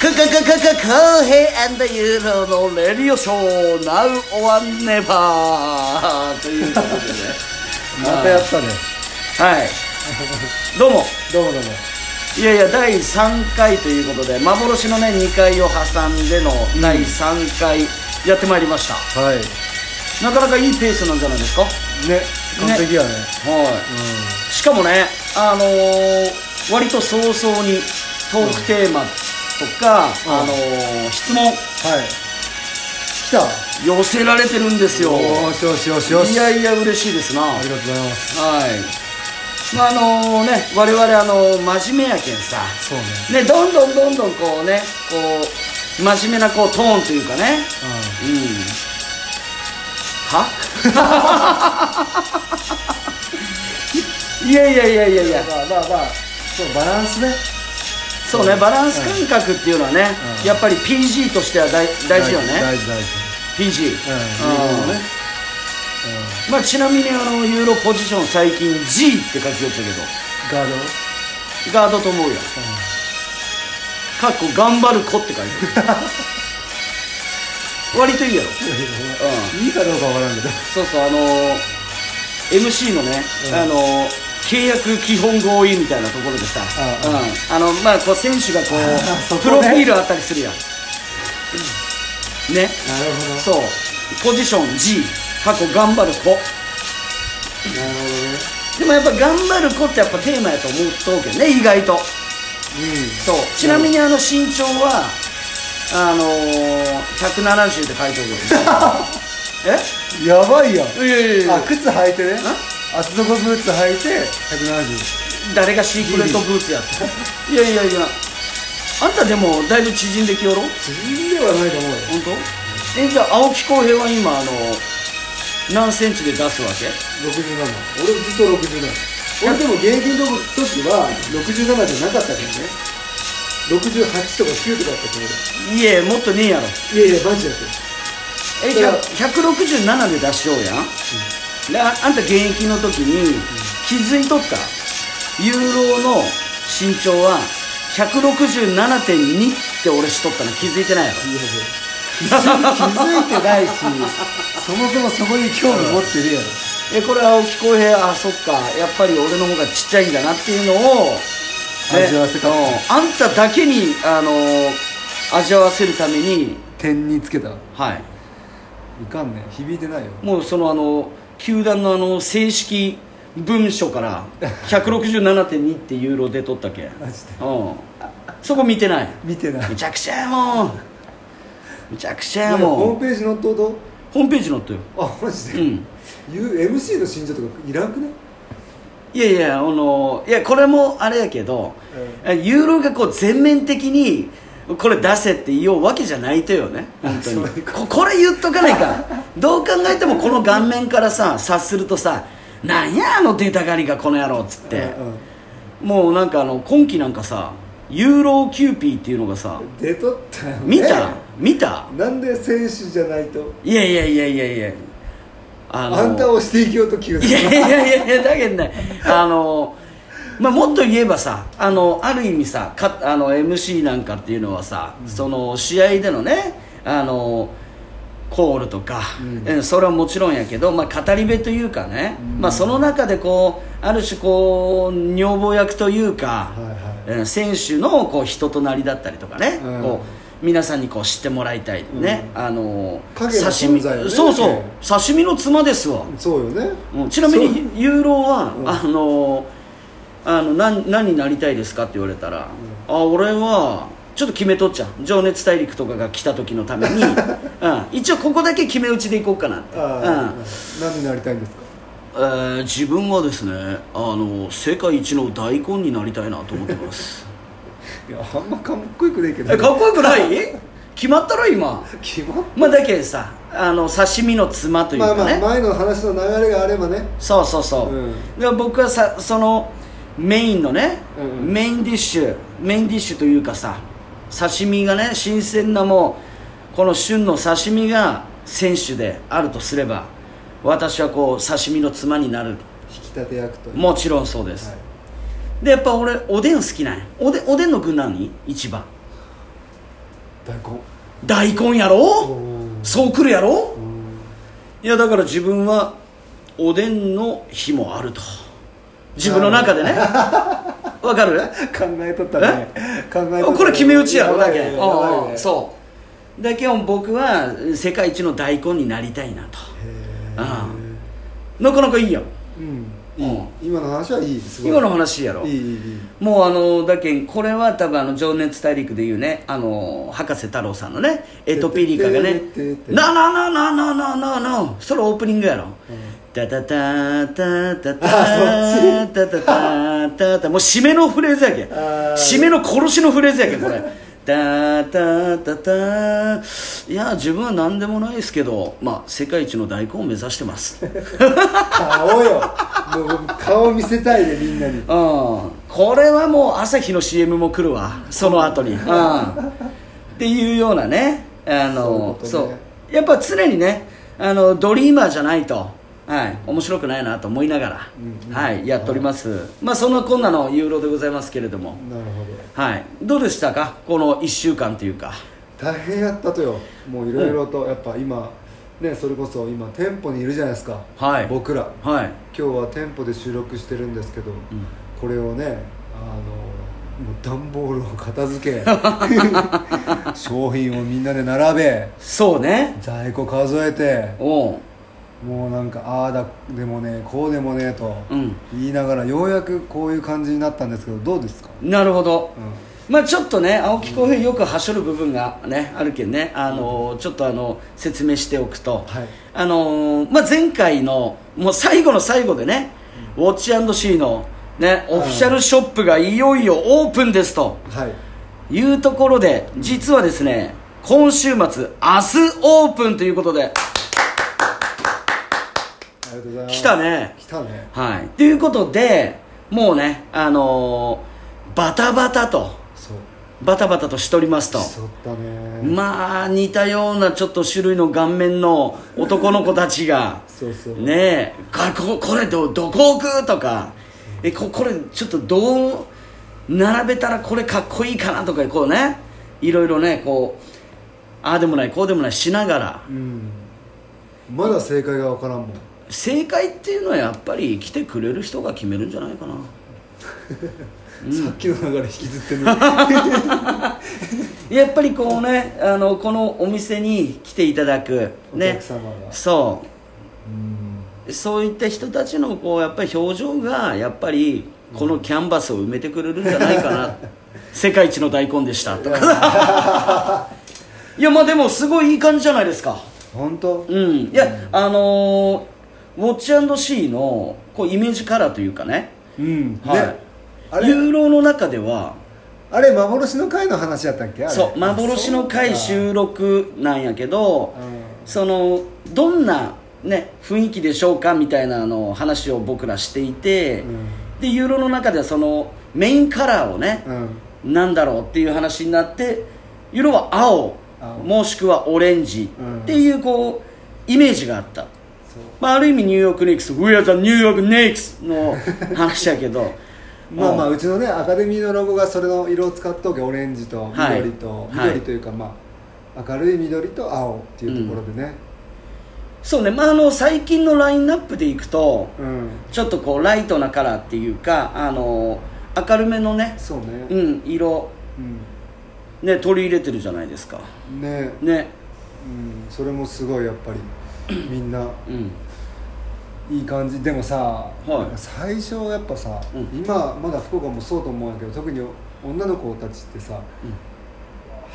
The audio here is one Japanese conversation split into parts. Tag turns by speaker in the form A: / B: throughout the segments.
A: カカカカカカヘイアンドユーロのレディオショー Now or Never ということでね
B: またやったね
A: はいどうも
B: どうもどうも
A: いやいや第3回ということで幻のね2回を挟んでの第3回やってまいりました、
B: はい
A: なかなかいいペースなんじゃないですかは
B: ね完璧やね
A: いしかもねあのー割と早々にトークテーマと
B: う
A: か、
B: ん
A: あのー質問
B: うんはい来た
A: 寄せられてるんですよ
B: よしよしよしよし
A: いやいや嬉しいですな
B: あ
A: は
B: りがとうございます
A: いまああのね我々あの真面目やけんさ
B: そうね
A: ねどんどんどんどんこうねこう真面目なこうトーンというかねうんは いやいやいやいやいや
B: まあまあまあそうバランスね
A: そうねバランス感覚っていうのはね、
B: うん
A: やっぱり PG としては大大事よね
B: 大事大事
A: PG、
B: うん
A: うん
B: ね
A: まあ、ちなみにあのユーロポジション最近 G って書きよったけど
B: ガード
A: ガードと思うよかっこ頑張る子って書いてる割といいやろ
B: いいかどうかわからんけど
A: そうそうあのー MC のね、
B: うん
A: あのー契約基本合意みたいなところでさ、
B: う
A: うんんあのまあこう選手がこ
B: あーそうこね
A: プロフィールあったりするやんね
B: なるほど
A: そうポジション G 過去頑張る子
B: なるほ
A: でもやっぱ頑張る子ってやっぱテーマやと思うとうけどね意外と
B: どねうん
A: そうちなみにあの身長はあのー、170って書いてお くよ
B: やばいやん
A: えいやいやい
B: あ
A: や
B: 靴履いてね厚底ブーツ履いて170
A: 誰がシークレットブーツやっていやいやいやあんたでもだいぶ縮んできよろ
B: 縮んではないと思うよ
A: 本当えじゃあ青木浩平は今あの何センチで出すわけ
B: 67俺ずっと67俺でも現役の時は67じゃなかったからね68とか9とかだったけ
A: いえもっとねえやろ
B: どいやいやマジだって
A: えじゃあ167で出しようやん、でああんた現役の時に気づいとったユーロの身長は167.2って俺しとったの気づいてないやろ
B: いやいや気づいてないしそもそもそこに興味持ってるやろ
A: えこれ青木浩平あそっかやっぱり俺の方がちっちゃいんだなっていうのを、
B: 味わわせ方
A: うんあんただけにあの味わわせるために
B: 点につけたい
A: はい
B: かんね響いてないよ
A: もうそのあの球団のあの正式文 書から167.2ってユーロで取ったけ
B: マジで
A: うんそこ見てない
B: 見てない
A: むちゃくちゃやもんむちゃくちゃや
B: ホー
A: も
B: ム
A: ん
B: ページの弟
A: ホームページ載ったよ
B: あマジ
A: う
B: で、
A: ん
B: 言う MC の信者とかいらんくね
A: いやいやあのいやこれもあれやけど、ユーロがこう全面的にこれ出せって言おうわけじゃないとよね本当
B: そう
A: に
B: いうこ
A: ここれ言っとかないかんどう考えてもこの顔面からさ察するとさ「なんやあの出たがりがこの野郎」っつって
B: うんうん
A: もうなんかあの今期なんかさユーロキューピーっていうのがさ
B: 出とったよね
A: 見た見た
B: なんで選手じゃないと
A: いやいやいやいやいやあ
B: あんたをしていきようと急
A: いやいやいやいやだけどねあのまあもっと言えばさあのある意味さかあの MC なんかっていうのはさ、その試合でのねあのコールとか、
B: うん
A: えそれはもちろんやけど、まあ、語り部というかね、
B: うん
A: まあ、その中でこうある種こう女房役というか、
B: はいはい
A: えー選手のこう人となりだったりとかね、
B: うん
A: こう皆さんにこう知ってもらいたいね、あの
B: 影の
A: 刺身
B: 存在よね
A: そうそう刺身の妻ですわ。
B: そうよね
A: うんちなみ
B: そう
A: にユーロは、
B: うん
A: あのあの何何になりたいですかって言われたら、あ俺はちょっと決めとっちゃう情熱大陸とかが来た時のため に、うん、一応ここだけ決め打ちでいこうかなって、
B: ああ
A: うん
B: 何になりたいんですか
A: えー自分はですねあの世界一の大根になりたいなと思ってます
B: いやあんまかっこよくないけど
A: えかっこよくない 決まったろ今
B: 決まっ
A: まあだけどさあの刺身の妻という
B: ま
A: か
B: あ
A: ね、
B: まあ前の話の流れがあればね
A: そうそうそう、
B: うん
A: で僕はさそのメインのね、
B: うんうん
A: メインディッシュメインディッシュというかさ刺身がね新鮮なもうこの旬の刺身が選手であるとすれば私はこう刺身の妻になる
B: 引き立て役という
A: もちろんそうです、
B: はい
A: でやっぱ俺おでん好きなんやおでおでんの具何一番
B: 大根
A: 大根や
B: お
A: ろ
B: ー
A: そうくるやろ
B: うーん
A: いやだから自分はおでんの日もあると自分の中 でねわかる
B: 考えとったね考えとった
A: これ決め打ちやろだ
B: ばい
A: け
B: ねやばいね
A: うんそうだけど僕は世界一の大根になりたいなと
B: へ
A: なかなかいいやん
B: ーうんいい
A: うん
B: 今の話はいいすごい
A: 今の話やろ
B: いいいいいい
A: もうあのだけんこれは多分あの情熱大陸でいうねあの博士太郎さんのねエトピリカがね「なななななななな」それオープニングやろ「タタタタタタタタタタタ」もう締めのフレーズやけん
B: あー
A: 締めの殺しのフレーズやけんこれ「タタタタ」いや自分は何でもないですけどまあ世界一の大根を目指してます
B: 顔よもう顔見せたいねみんなに
A: うんこれはもう朝日の CM も来るわその後に、うん、っていうようなねあの
B: そういうことね
A: そうやっぱ常にねあのドリーマーじゃないと、はい、面白くないなと思いながら、
B: うんうん
A: はい、やっております、まあそんなこんなのユーロでございますけれども、
B: なるほど
A: はい、どうでしたかこの1週間というか
B: 大変やったとよもういろいろとやっぱ今ねそれこそ今店舗にいるじゃないですか
A: はい
B: 僕ら
A: はい
B: 今日は店舗で収録してるんですけど、これをねあのもう段ボールを片付 け商品をみんなで並べ
A: そうね
B: 在庫数えて
A: おう
B: もうなんかああだでもねこうでもねと
A: うん
B: 言いながらようやくこういう感じになったんですけどどうですか、
A: なるほど
B: うん
A: まあちょっとね青木浩平よくはしょる部分がねあるけんねあのーちょっとあの説明しておくと、
B: はい
A: あのーまあ、前回のもう最後の最後でね、ウォッチシーの、ね、オフィシャルショップがいよいよオープンですと
B: はい
A: いうところで実はですね今週末明日オープンということで
B: ありがとうございます
A: 来たね
B: 来たね
A: はいということでもうねあのーバタバタと
B: そう
A: バタバタとしておりますと
B: 来そったね
A: まあ似たようなちょっと種類の顔面の男の子たちが
B: そうそう
A: ねえかここれどどこ置くとかえここれちょっとどう並べたらこれかっこいいかなとかこうねいろいろねこうああでもないこうでもないしながら
B: うんまだ正解が分からんもん
A: 正解っていうのはやっぱり来てくれる人が決めるんじゃないかな
B: さっきの流れ引きずって る
A: やっぱりこうねあのこのお店に来ていただく
B: お
A: ね
B: 客様が、
A: そう
B: うん
A: そういった人たちのこうやっぱり表情がやっぱりこのキャンバスを埋めてくれるんじゃない かな世界一の大根でしたとかいやまあでもすごいいい感じじゃないですか
B: 本当
A: うんいやあのーウォッチシーのこうイメージカラーというかね
B: うんね
A: はい
B: あれ
A: ユーロの中では
B: あれ幻の回の話やったっけあれ
A: そう幻の回収録なんやけど
B: あ
A: そのどんなね雰囲気でしょうかみたいなあの話を僕らしていて、
B: うん
A: でユーロの中ではそのメインカラーをね
B: う、んうん
A: なんだろうっていう話になってユーロは青
B: 青
A: もしくはオレンジ
B: うん
A: っていうこうイメージがあった、
B: そう
A: まあ、ある意味ニューヨーク・ニックス「We are the New York Knicks」の話やけど
B: まあまあ
A: うん
B: うちのねアカデミーのロゴがそれの色を使っとけオレンジと
A: はい
B: 緑と、
A: はい
B: 緑というかまあ明るい緑と青っていうところでね
A: そうね、まあ、あの最近のラインナップでいくと
B: うん、
A: ちょっとこうライトなカラーっていうかあの明るめのね、
B: そうね
A: うん、色、ね、取り入れてるじゃないですか
B: うんね、
A: ね
B: うん、それもすごいやっぱり みんな
A: うん
B: いい感じでもさ、
A: い
B: 最初やっぱさ、
A: うん
B: 今まだ福岡もそうと思うんやけど特に女の子たちってさ、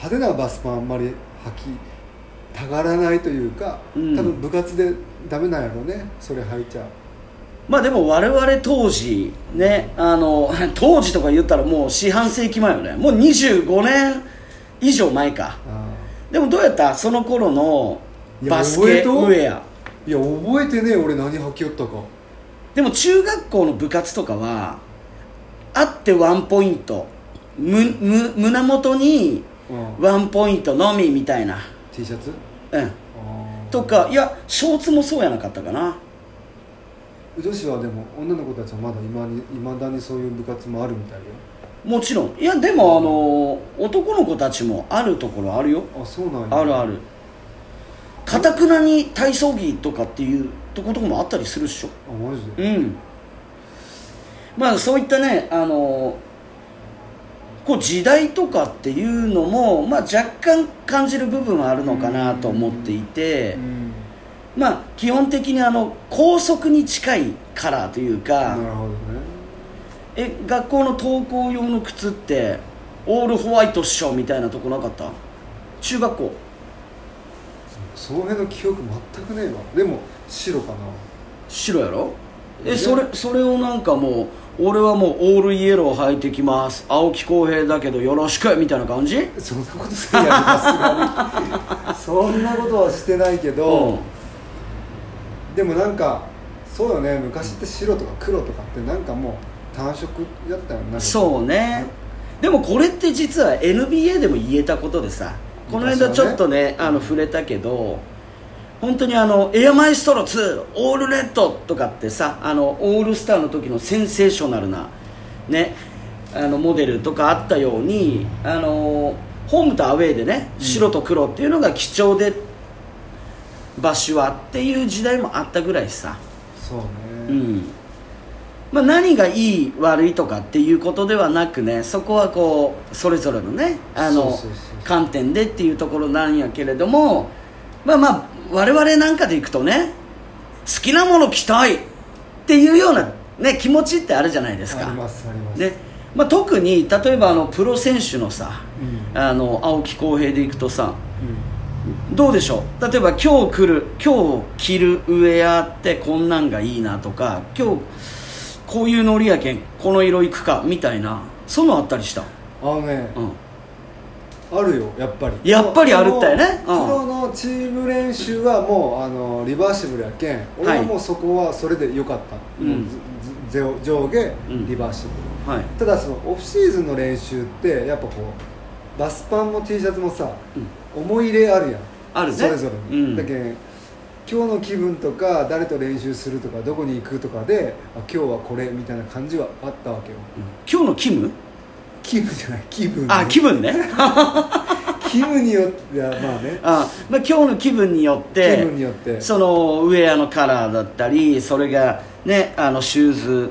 B: 派手なバスパンあんまり履きたがらないというか、
A: うん
B: 多分部活でダメなんやろうねそれ履いちゃう
A: まあでも我々当時ねあの 当時とか言ったらもう四半世紀前よねもう25年以上前か
B: あ
A: でもどうやったその頃の
B: いや
A: バス
B: 覚
A: ケ
B: え
A: ウ
B: とう
A: ェア
B: ーいや覚えてねえ俺何履きよったか
A: でも中学校の部活とかはあってワンポイントむむ胸元に
B: うん
A: ワンポイントのみみたいな
B: T シャツ
A: うん
B: あー
A: とかいやショーツもそうやなかったかな
B: 女子はでも女の子たちはまだいまに未だにそういう部活もあるみたいよ
A: もちろんいやでもあの男の子たちもあるところあるよ
B: あそうなんや
A: あるあるかたくなに体操着とかっていうとことかもあったりするっしょ
B: あマジで
A: うんまあそういったねあのこう時代とかっていうのも、まあ、若干感じる部分はあるのかなと思っていて
B: うん
A: まあ基本的にあの高速に近いカラーという
B: な
A: か
B: るほどね
A: え学校の登校用の靴ってオールホワイトっしょみたいなとこなかった中学校
B: その辺の記憶全くねえわでも白かな
A: 白やろ
B: い
A: え
B: や
A: それそれをなんかもう俺はもうオールイエロー履いてきます青木浩平だけどよろしくみたいな感じ
B: そんなことするやろさすがに そんなことはしてないけど、
A: うん
B: でもなんかそうよね昔って白とか黒とかってなんかもう単色だったよね
A: そうねでもこれって実は NBA でも言えたことでさこの間ちょっとねあの触れたけど本当にあのエアマイストロ2オールレッドとかってさあのオールスターの時のセンセーショナルなねあのモデルとかあったようにあのホームとアウェーでね白と黒っていうのが貴重で場所はっていう時代もあったぐらいさ
B: そうね、
A: うんまあ、何がいい悪いとかっていうことではなくねそこはこうそれぞれのねあ
B: そ
A: の
B: うそうそうそう
A: 観点でっていうところなんやけれどもまあまあ我々なんかでいくとね好きなもの着たいっていうような、ね、気持ちってあるじゃないです
B: あり
A: か
B: ますあります、
A: ねまあ、特に例えばあのプロ選手のさ
B: うん
A: あの青木浩平でいくとさ
B: うん
A: どうでしょう例えば今日来る今日着るウェアってこんなんがいいなとか今日こういうノリやけんこの色いくかみたいなそんなんあったりした、
B: あのね、
A: うん、
B: あるよやっぱり
A: やっぱりあるったよね
B: プロ
A: うん
B: プロのチーム練習はもうあのリバーシブルやけん俺はもうそこはそれでよかった、
A: うん
B: もずず上下
A: うん
B: リバーシブル、
A: はい
B: ただそのオフシーズンの練習ってやっぱこうバスパンも T シャツもさ、思い入れあるやん
A: あるね
B: それぞれに、
A: うん
B: だけん今日の気分とか誰と練習するとかどこに行くとかであ今日はこれみたいな感じはあったわけよ
A: 今日のキム
B: 気分じゃない気分
A: あ気分ね
B: 気分によっていやまあね
A: あ、まあ、今日の気分によって
B: 気分によって
A: そのウェアのカラーだったりそれがねあのシューズ、
B: うん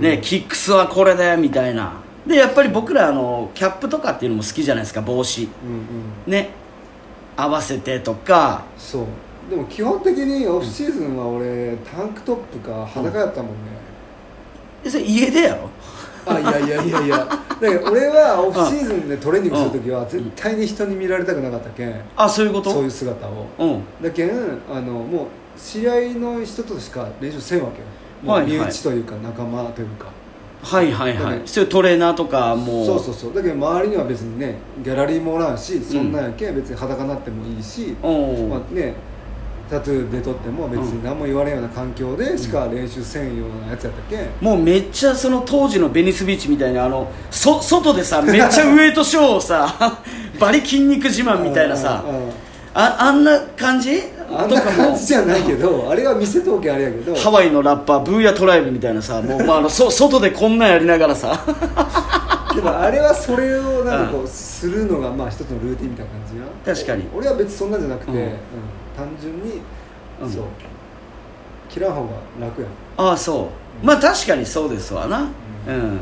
A: ねキックスはこれだよみたいなでやっぱり僕らあのキャップとかっていうのも好きじゃないですか帽子
B: うんうん
A: ね合わせてとか
B: そうでも基本的にオフシーズンは俺タンクトップか裸やったもんね、
A: えそれ家でやろ
B: あいやいやいやいやだけど俺はオフシーズンでトレーニングするときは絶対に人に見られたくなかったけん
A: あそういうこと
B: そういう姿を
A: うん
B: だけんあのもう試合の人としか練習せんわけよも
A: は
B: う
A: い
B: 身
A: はい
B: 内というか仲間というか、
A: はいはいは
B: う
A: い
B: ん
A: そういうトレーナーとかも
B: そうそうそうだけど周りには別にねギャラリーもおらんしそんなんやけん別に裸になってもいいし、
A: おう
B: まあね、タトゥーで撮っても別に何も言われんような環境でしか練習せんようなやつやったけん、
A: もうめっちゃその当時のベニスビーチみたいなあのそ外でさめっちゃウエイトショーをさ バリ筋肉自慢みたいなさ
B: うんうんうん
A: ああんな感じ
B: あんな感じじゃないけどあれは見せとけあれやけど
A: とかもハワイのラッパーブーヤトライブみたいなさもう、まあ、あのそ外でこんなんやりながらさ
B: でもあれはそれをなんかこうするのがまあ一つのルーティンみたいな感じや
A: 確かに
B: 俺は別にそんなんじゃなくて、
A: うん
B: うん単純に、
A: うん
B: そう切らん方が楽やん
A: ああそうまあ確かにそうですわなう、
B: うん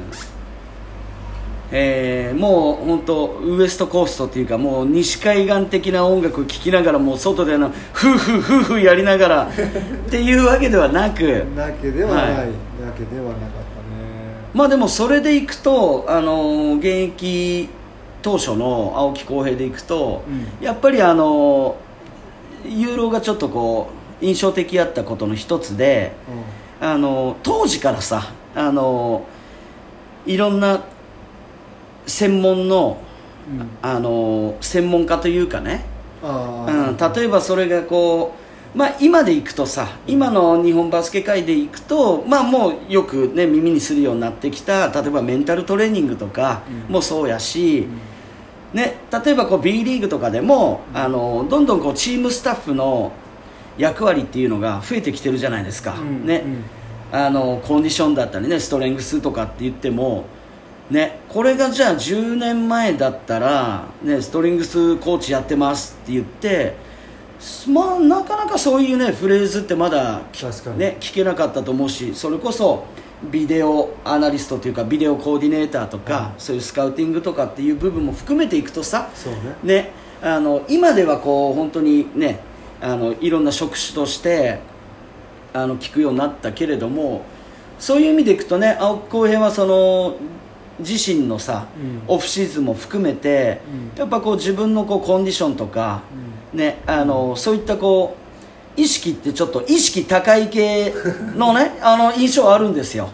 A: えーもう本当ウエストコーストっていうかもう西海岸的な音楽を聴きながらもう外であのフーフーフーフーやりな がらっていうわけではな
B: な
A: く
B: けではない、
A: はい
B: なけではなかったね
A: まあでもそれでいくと、あのー現役当初の青木浩平でいくと、
B: う
A: やっぱりあのーユーロがちょっとこう印象的やったことの一つで、あの当時からさあのいろんな専門の
B: うん、うん、
A: あの専門家というかね、
B: あ
A: うん、
B: あ
A: 例えばそれがこう、まあ、今でいくとさ今の日本バスケ界でいくと、まあ、もうよく、ね、耳にするようになってきた例えばメンタルトレーニングとか
B: うん
A: もそうやし、ね、例えばこう B リーグとかでも、あのどんどんこうチームスタッフの役割っていうのが増えてきてるじゃないですか。
B: うん
A: ね
B: うん
A: あのコンディションだったりねストレングスとかって言ってもね、これがじゃあ10年前だったら、ね、ストリングスコーチやってますって言って、すまあ、なかなかそういう、ね、フレーズってまだき
B: 確かに
A: ね、聞けなかったと思うしそれこそビデオアナリストというかビデオコーディネーターとか、そういうスカウティングとかっていう部分も含めていくとさ、
B: そうね
A: ね、あの今ではこう本当にねあのいろんな職種としてあの聞くようになったけれどもそういう意味でいくとね青木浩平はその自身のさ、
B: うん
A: オフシーズンも含めて、
B: うん
A: やっぱこう自分のこうコンディションとか、ね、あのそういったこう意識ってちょっと意識高い系のねあの印象あるんですよ。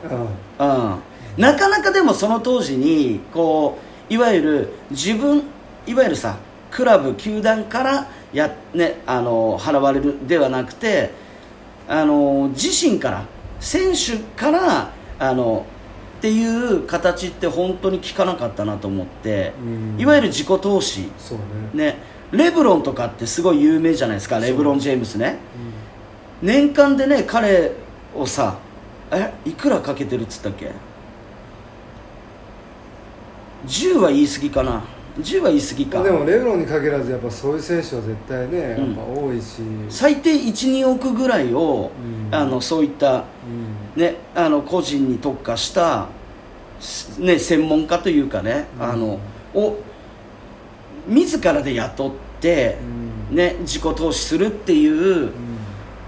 B: うん
A: うん、なかなかでもその当時にこういわゆる自分いわゆるさクラブ球団からや、ね、あの払われるではなくてあの自身から選手からあのっていう形って本当に聞かなかったなと思って、
B: うん
A: いわゆる自己投資、
B: そうね
A: ね、レブロンとかってすごい有名じゃないですかレブロン・ジェームスね。年間でね彼をさえいくらかけてるっつったっけ10は言い過ぎかな10は言い過ぎ
B: まあ
A: か
B: でもレブロンに限らずやっぱそういう選手は絶対ねやっ
A: うん
B: ぱ多いし、
A: 最低12億ぐらいを、
B: うん
A: あのそういった、
B: うん
A: ね、あの個人に特化した、すね、専門家というかね、
B: うん
A: あのを自らで雇って、
B: うん
A: ね、自己投資するっていう
B: う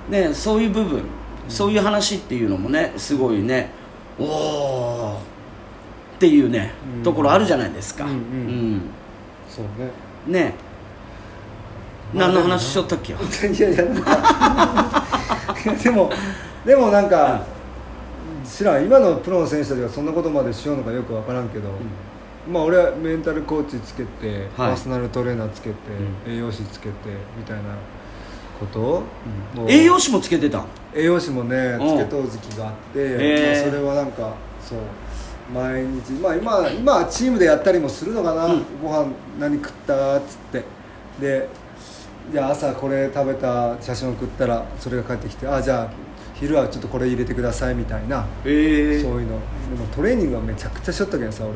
A: ね、そういう部分、そういう話っていうのもねすごいねおおっていうね、
B: うん
A: ところあるじゃないですか、
B: うんうんんそうね
A: うんね
B: まあ
A: 何の話しとったっけよ
B: いやいやなんかでもでもなんか、知らん今のプロの選手たちがそんなことまでしようのかよく分からんけど、まあ俺はメンタルコーチつけて、パーソナルトレーナーつけて、栄養士つけてみたいなことを、もう
A: 栄養士もつけてたん
B: 栄養士もね
A: うん
B: つけとう時期があって、
A: へー
B: まあそれはなんかそう毎日まあ今今はチームでやったりもするのかな、
A: うん
B: ご飯何食ったっつってでじゃあ朝これ食べた写真送ったらそれが返ってきてあじゃあ昼はちょっとこれ入れてくださいみたいな、
A: え
B: そういうのでもトレーニングはめちゃくちゃしとったけどさ俺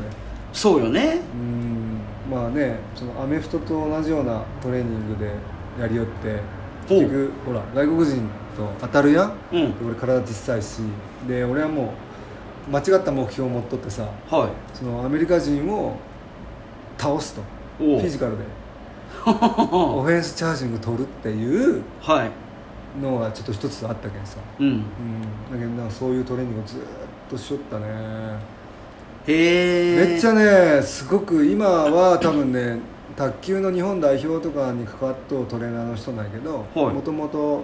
A: そうよね
B: うんまあねそのアメフトと同じようなトレーニングでやりよって
A: ほう
B: 結局ほら外国人と当たるやん、
A: うん
B: で俺体小さいしで俺はもう間違った目標を持っとってさ
A: は
B: そのアメリカ人を倒すとフ
A: おう
B: ィジカルでオ
A: い
B: フェンスチャージング取るっていう
A: はい
B: のがちょっと一つあったけんさ、
A: うん
B: うん、だけどなんかそういうトレーニングをずーっとしよったね
A: へえ
B: めっちゃねすごく今は多分ね卓球の日本代表とかに関わっとうトレーナーの人なんやけど
A: はい
B: もともと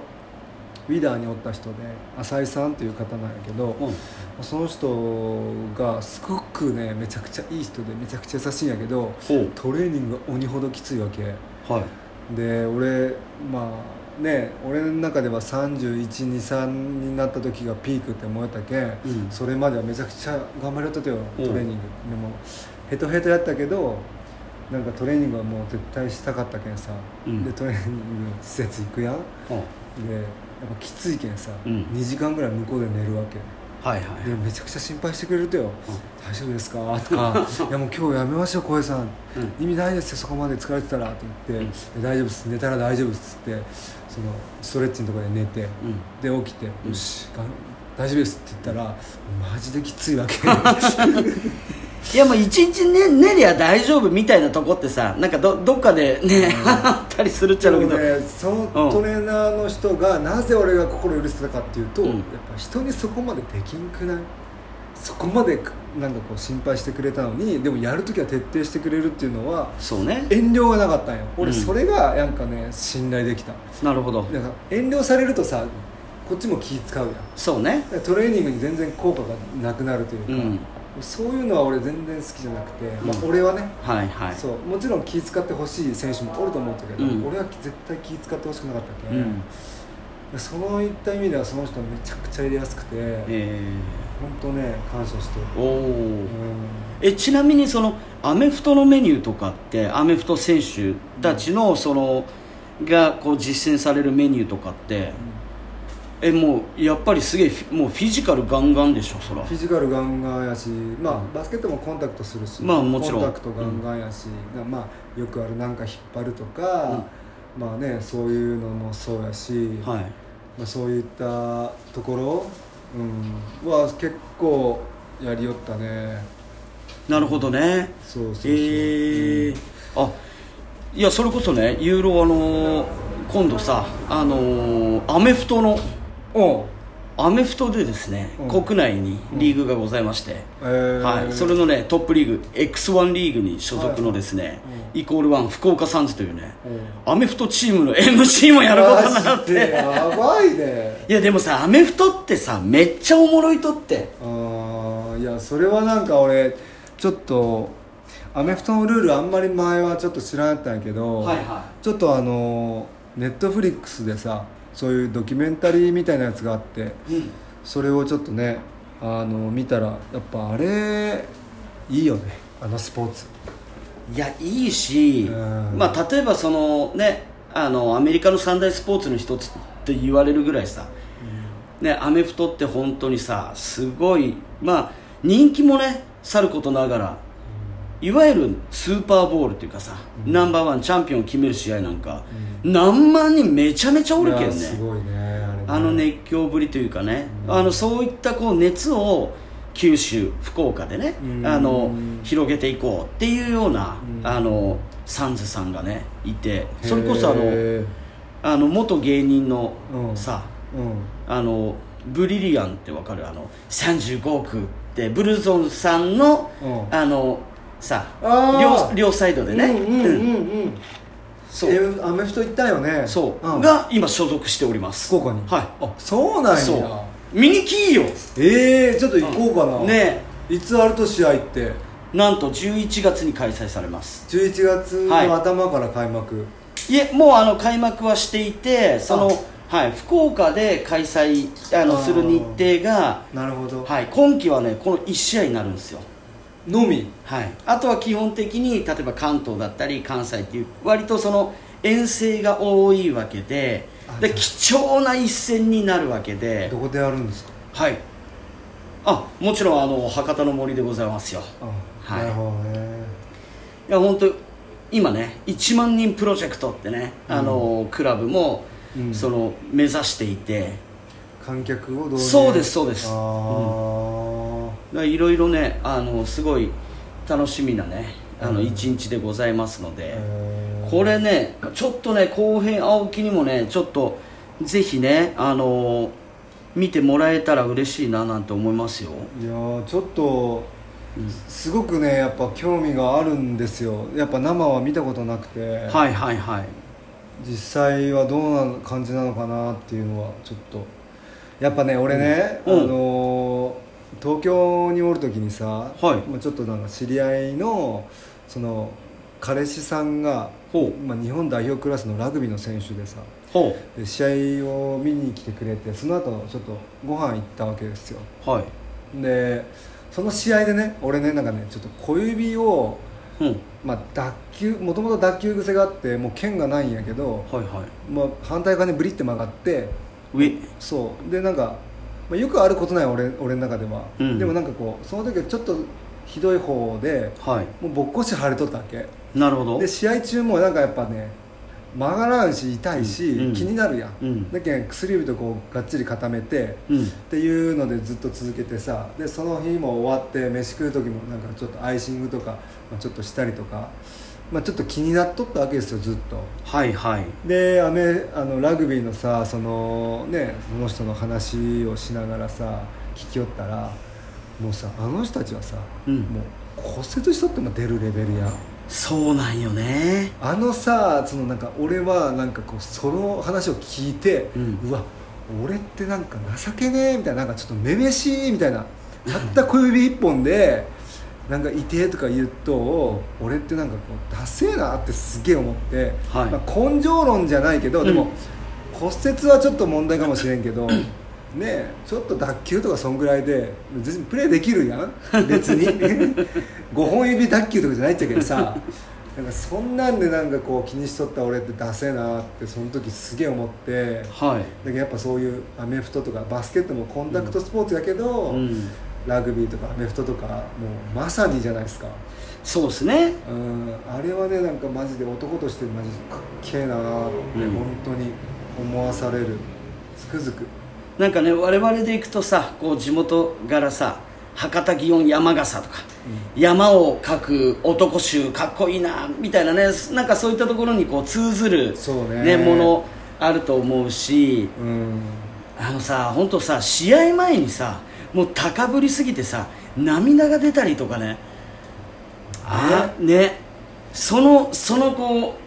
B: ウィダーにおった人で浅井さんという方なんやけど、
A: うん
B: その人がすごくねめちゃくちゃいい人でめちゃくちゃ優しいんやけど
A: ほ
B: トレーニングが鬼ほどきついわけ
A: うはい
B: で俺まあね俺の中では3123になった時がピークって思えたけん、
A: うん
B: それまではめちゃくちゃ頑張りよったとよ
A: う
B: ト
A: ん
B: レーニング、でもヘトヘトやったけどなんかトレーニングはもう絶対したかったけんさ、
A: うん
B: でトレーニング施設行くやんで
A: ほう
B: やっぱきついけんさ、
A: うん
B: 2時間ぐらい向こうで寝るわけ
A: はいはい
B: でめちゃくちゃ心配してくれるとよ、大丈夫ですかと かいやもう今日やめましょう浩平さん、
A: う
B: 意味ないですよそこまで疲れてたらと言って、で大丈夫です寝たら大丈夫ですってそのストレッチのところで寝て、で起きて、よしがん大丈夫ですって言ったらマジできついわ け
A: いやもう一日ね寝りゃ大丈夫みたいなとこってさなんかどどっかでね、あったりするっちゃ
B: で
A: ろう
B: も
A: けど、
B: ねその
A: うん
B: トレーナーの人がなぜ俺が心許してたかっていうと、
A: うん
B: やっぱ人にそこまでできんくないそこまでなんかこう心配してくれたのにでもやるときは徹底してくれるっていうのは
A: そうね
B: 遠慮がなかったんよ
A: う
B: 俺
A: ん
B: それがなんかね信頼できた
A: なるほど
B: なんか遠慮されるとさこっちも気使うやんだ
A: そうね
B: からトレーニングに全然効果がなくなるというか、
A: うん
B: そういうのは俺全然好きじゃなくて、まあ
A: う、ん
B: 俺はね、
A: はいはい
B: そうもちろん気使ってほしい選手もおると思うんだけど、
A: うん
B: 俺は絶対気使ってほしくなかったけ、
A: うん
B: そのいった意味ではその人めちゃくちゃ入れやすくて、
A: え
B: 本当ね感謝してる、
A: ー、おお
B: う
A: えちなみにそのアメフトのメニューとかってアメフト選手たちのその、がこう実践されるメニューとかって
B: ん
A: えもうやっぱりすげえフィもうフィジカルガンガンでしょそら
B: フィジカルガンガンやし、まあバスケットもコンタクトするし、
A: まあもちろん
B: コンタクトガンガンやし、なまあ、よくあるなんか引っ張るとか、まあね、そういうのもそうやし、
A: はい
B: まあ、そういったところ、うん、は結構やりよったね
A: なるほどね
B: そうそうそう、
A: えーあいやそれこそねユーロあのー今度さあのーアメフトの
B: お
A: アメフトでですね、
B: うん
A: 国内にリーグがございまして、
B: えー
A: はい、それのねトップリーグ X1 リーグに所属のですね、イコールワン福岡サンズというね、アメフトチームの MC もやることになっ
B: マジで
A: て
B: やばいね
A: いやでもさアメフトってさめっちゃおもろいとって
B: あーいやそれはなんか俺ちょっとアメフトのルールあんまり前はちょっと知らなかったんやけど、
A: はいは
B: ちょっとあのネットフリックスでさそういうドキュメンタリーみたいなやつがあって
A: うん
B: それをちょっとねあの見たらやっぱあれいいよねあのスポーツ
A: いやいいし、
B: うん
A: まあ、例えばそのねあのアメリカの三大スポーツの一つって言われるぐらいさ、ね、アメフトって本当にさすごいまあ人気もねさることながらいわゆるスーパーボールっていうかさ、ナンバーワンチャンピオンを決める試合なんか、何万人めちゃめちゃおる
B: い
A: けんね
B: やすごいねあれね
A: あの熱狂ぶりというかね、あのそういったこう熱を九州、福岡でね、
B: うん
A: あの広げていこうっていうような、
B: うん
A: あのサンズさんがねいてそれこそあ
B: へ
A: の
B: ー
A: あの元芸人の
B: うん
A: さ、
B: うん
A: あのブリリアンってわかるあの35億ってブルゾンさんの、
B: うん
A: あのさ
B: あー
A: 両両サイドでね、
B: うんうん
A: うん
B: うんうん
A: そう
B: えーアメフト行ったよね
A: そう、
B: ん
A: が今所属しております
B: 福岡に
A: はい
B: あそうなんや
A: そう見に来いよ
B: ええちょっと行こうかな、
A: ね
B: いつあると試合って
A: なんと11月に開催されます
B: 11月の頭から開幕、
A: いえもうあの開幕はしていてそのはい、福岡で開催あの
B: あー
A: する日程が、
B: なるほど、
A: はい、今季はねこの1試合になるんですよ、
B: のみ
A: はい、あとは基本的に例えば関東だったり関西っていう割とその遠征が多いわけで
B: あ
A: で
B: じゃあ
A: 貴重な一戦になるわけで
B: どこでやるんですか
A: はいあもちろんあの博多の森でございますよ
B: あ、
A: はい
B: なるほどね
A: いや本当今ね1万人プロジェクトってね、あのクラブも、
B: うん
A: その目指していて
B: 観客をどう
A: そうですそうです
B: ああ、
A: だからいろいろねあのすごい楽しみなねあの一日でございますので、
B: えー
A: これねちょっとね後編青木にもねちょっとぜひねあの見てもらえたら嬉しいななんて思いますよ
B: いやーちょっとすごくねやっぱ興味があるんですよやっぱ生は見たことなくて、
A: はいはいはい
B: 実際はどうなの感じなのかなっていうのはちょっとやっぱね俺ね、
A: うんうん
B: あのー東京におる時にさ、
A: い
B: まあ、ちょっとなんか知り合いのその彼氏さんが、
A: ほ
B: まあ、日本代表クラスのラグビーの選手でさ
A: うほ
B: で試合を見に来てくれてその後ちょっとご飯行ったわけですよ
A: うはい
B: でその試合でね俺ねなんかねちょっと小指を、
A: うん
B: まあ、脱臼もともと脱臼癖があってもう剣がないんやけど、
A: はいは
B: まあ、反対側にブリって曲がって
A: い上
B: そうでなんか、まあ、よくあることない俺俺の中では、
A: うん
B: でもなんかこうその時はちょっとひどい方で
A: は
B: もうぼっこし腫れとったわけ
A: いなるほど
B: で試合中もなんかやっぱね曲がらんし痛いし、
A: うん
B: 気になるやん、
A: うん
B: だけん薬指とこうがっちり固めて
A: うん
B: っていうのでずっと続けてさでその日も終わって飯食う時もなんかちょっとアイシングとか、まあ、ちょっとしたりとか、まあ、ちょっと気になっとったわけですよずっと
A: はいはい
B: でアメあのラグビーのさそのねその人の話をしながらさ聞きよったらもうさあの人たちはさ、
A: うん
B: もう骨折しとっても出るレベルやん
A: そうなんよね
B: あのさそのなんか俺はなんかこうその話を聞いて、
A: う
B: うんわ俺ってなんか情けねえみたいななんかちょっとめめしいみたいなたった小指一本で なんか痛えとか言うと俺ってなんかこうダセえなってすげえ思って、
A: はい
B: まあ、根性論じゃないけど、で
A: うん
B: も骨折はちょっと問題かもしれんけ どねえちょっと脱臼とかそんぐらいで別にプレーできるやん別に5本指脱臼とかじゃないっちゃけどさなんかそんなんでなんかこう気にしとった俺ってダセえなってその時すげえ思って
A: はい
B: だけどやっぱそういうアメフトとかバスケットもコンタクトスポーツだけど、
A: うん
B: ラグビーとかアメフトとかもうまさにじゃないですか
A: そうですね
B: うんあれはねなんかマジで男としてマジかっけえなーって、
A: うん
B: 本当に思わされるつくづく
A: なんかね我々で行くとさこう地元柄さ博多祇園山笠とか、山を描く男衆かっこいいなみたいなねなんかそういったところにこう通ずる、
B: そうね
A: ねものあると思うし
B: うん
A: あのさ本当さ試合前にさもう高ぶりすぎてさ涙が出たりとかねあねそのそのこう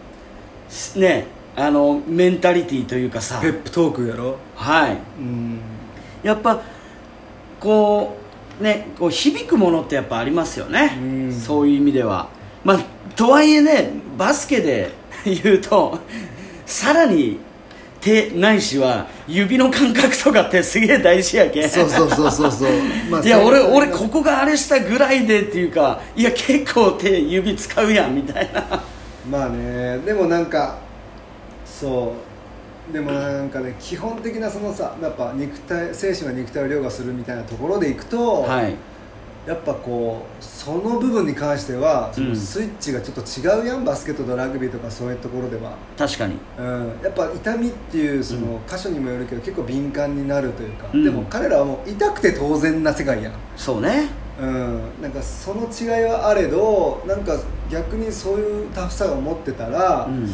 A: すねあのメンタリティーというかさ
B: ペップトークやろ
A: はい
B: うん
A: やっぱこうねこう響くものってやっぱありますよね、
B: うん
A: そういう意味ではまあとはいえねバスケで 言うとさらに手ないしは指の感覚とかってすげえ大事やけん
B: そうそうそうそう そう、ま
A: いや
B: そう
A: 俺
B: う
A: 俺ここがあれしたぐらいでっていうかいや結構手指使うやんみたいな
B: まあねでもなんかそうでもなんかね基本的なそのさやっぱ肉体精神が肉体を凌駕するみたいなところでいくと、
A: はい
B: やっぱこうその部分に関してはそ
A: うん
B: のスイッチがちょっと違うやん、バスケットとラグビーとかそういうところでは、
A: 確かに
B: うん、やっぱ痛みっていうその箇所にもよるけど結構敏感になるというか、
A: うん
B: でも彼らはもう痛くて当然な世界やん
A: そうね
B: うん、なんかその違いはあれどなんか逆にそういうタフさを持ってたら、
A: うん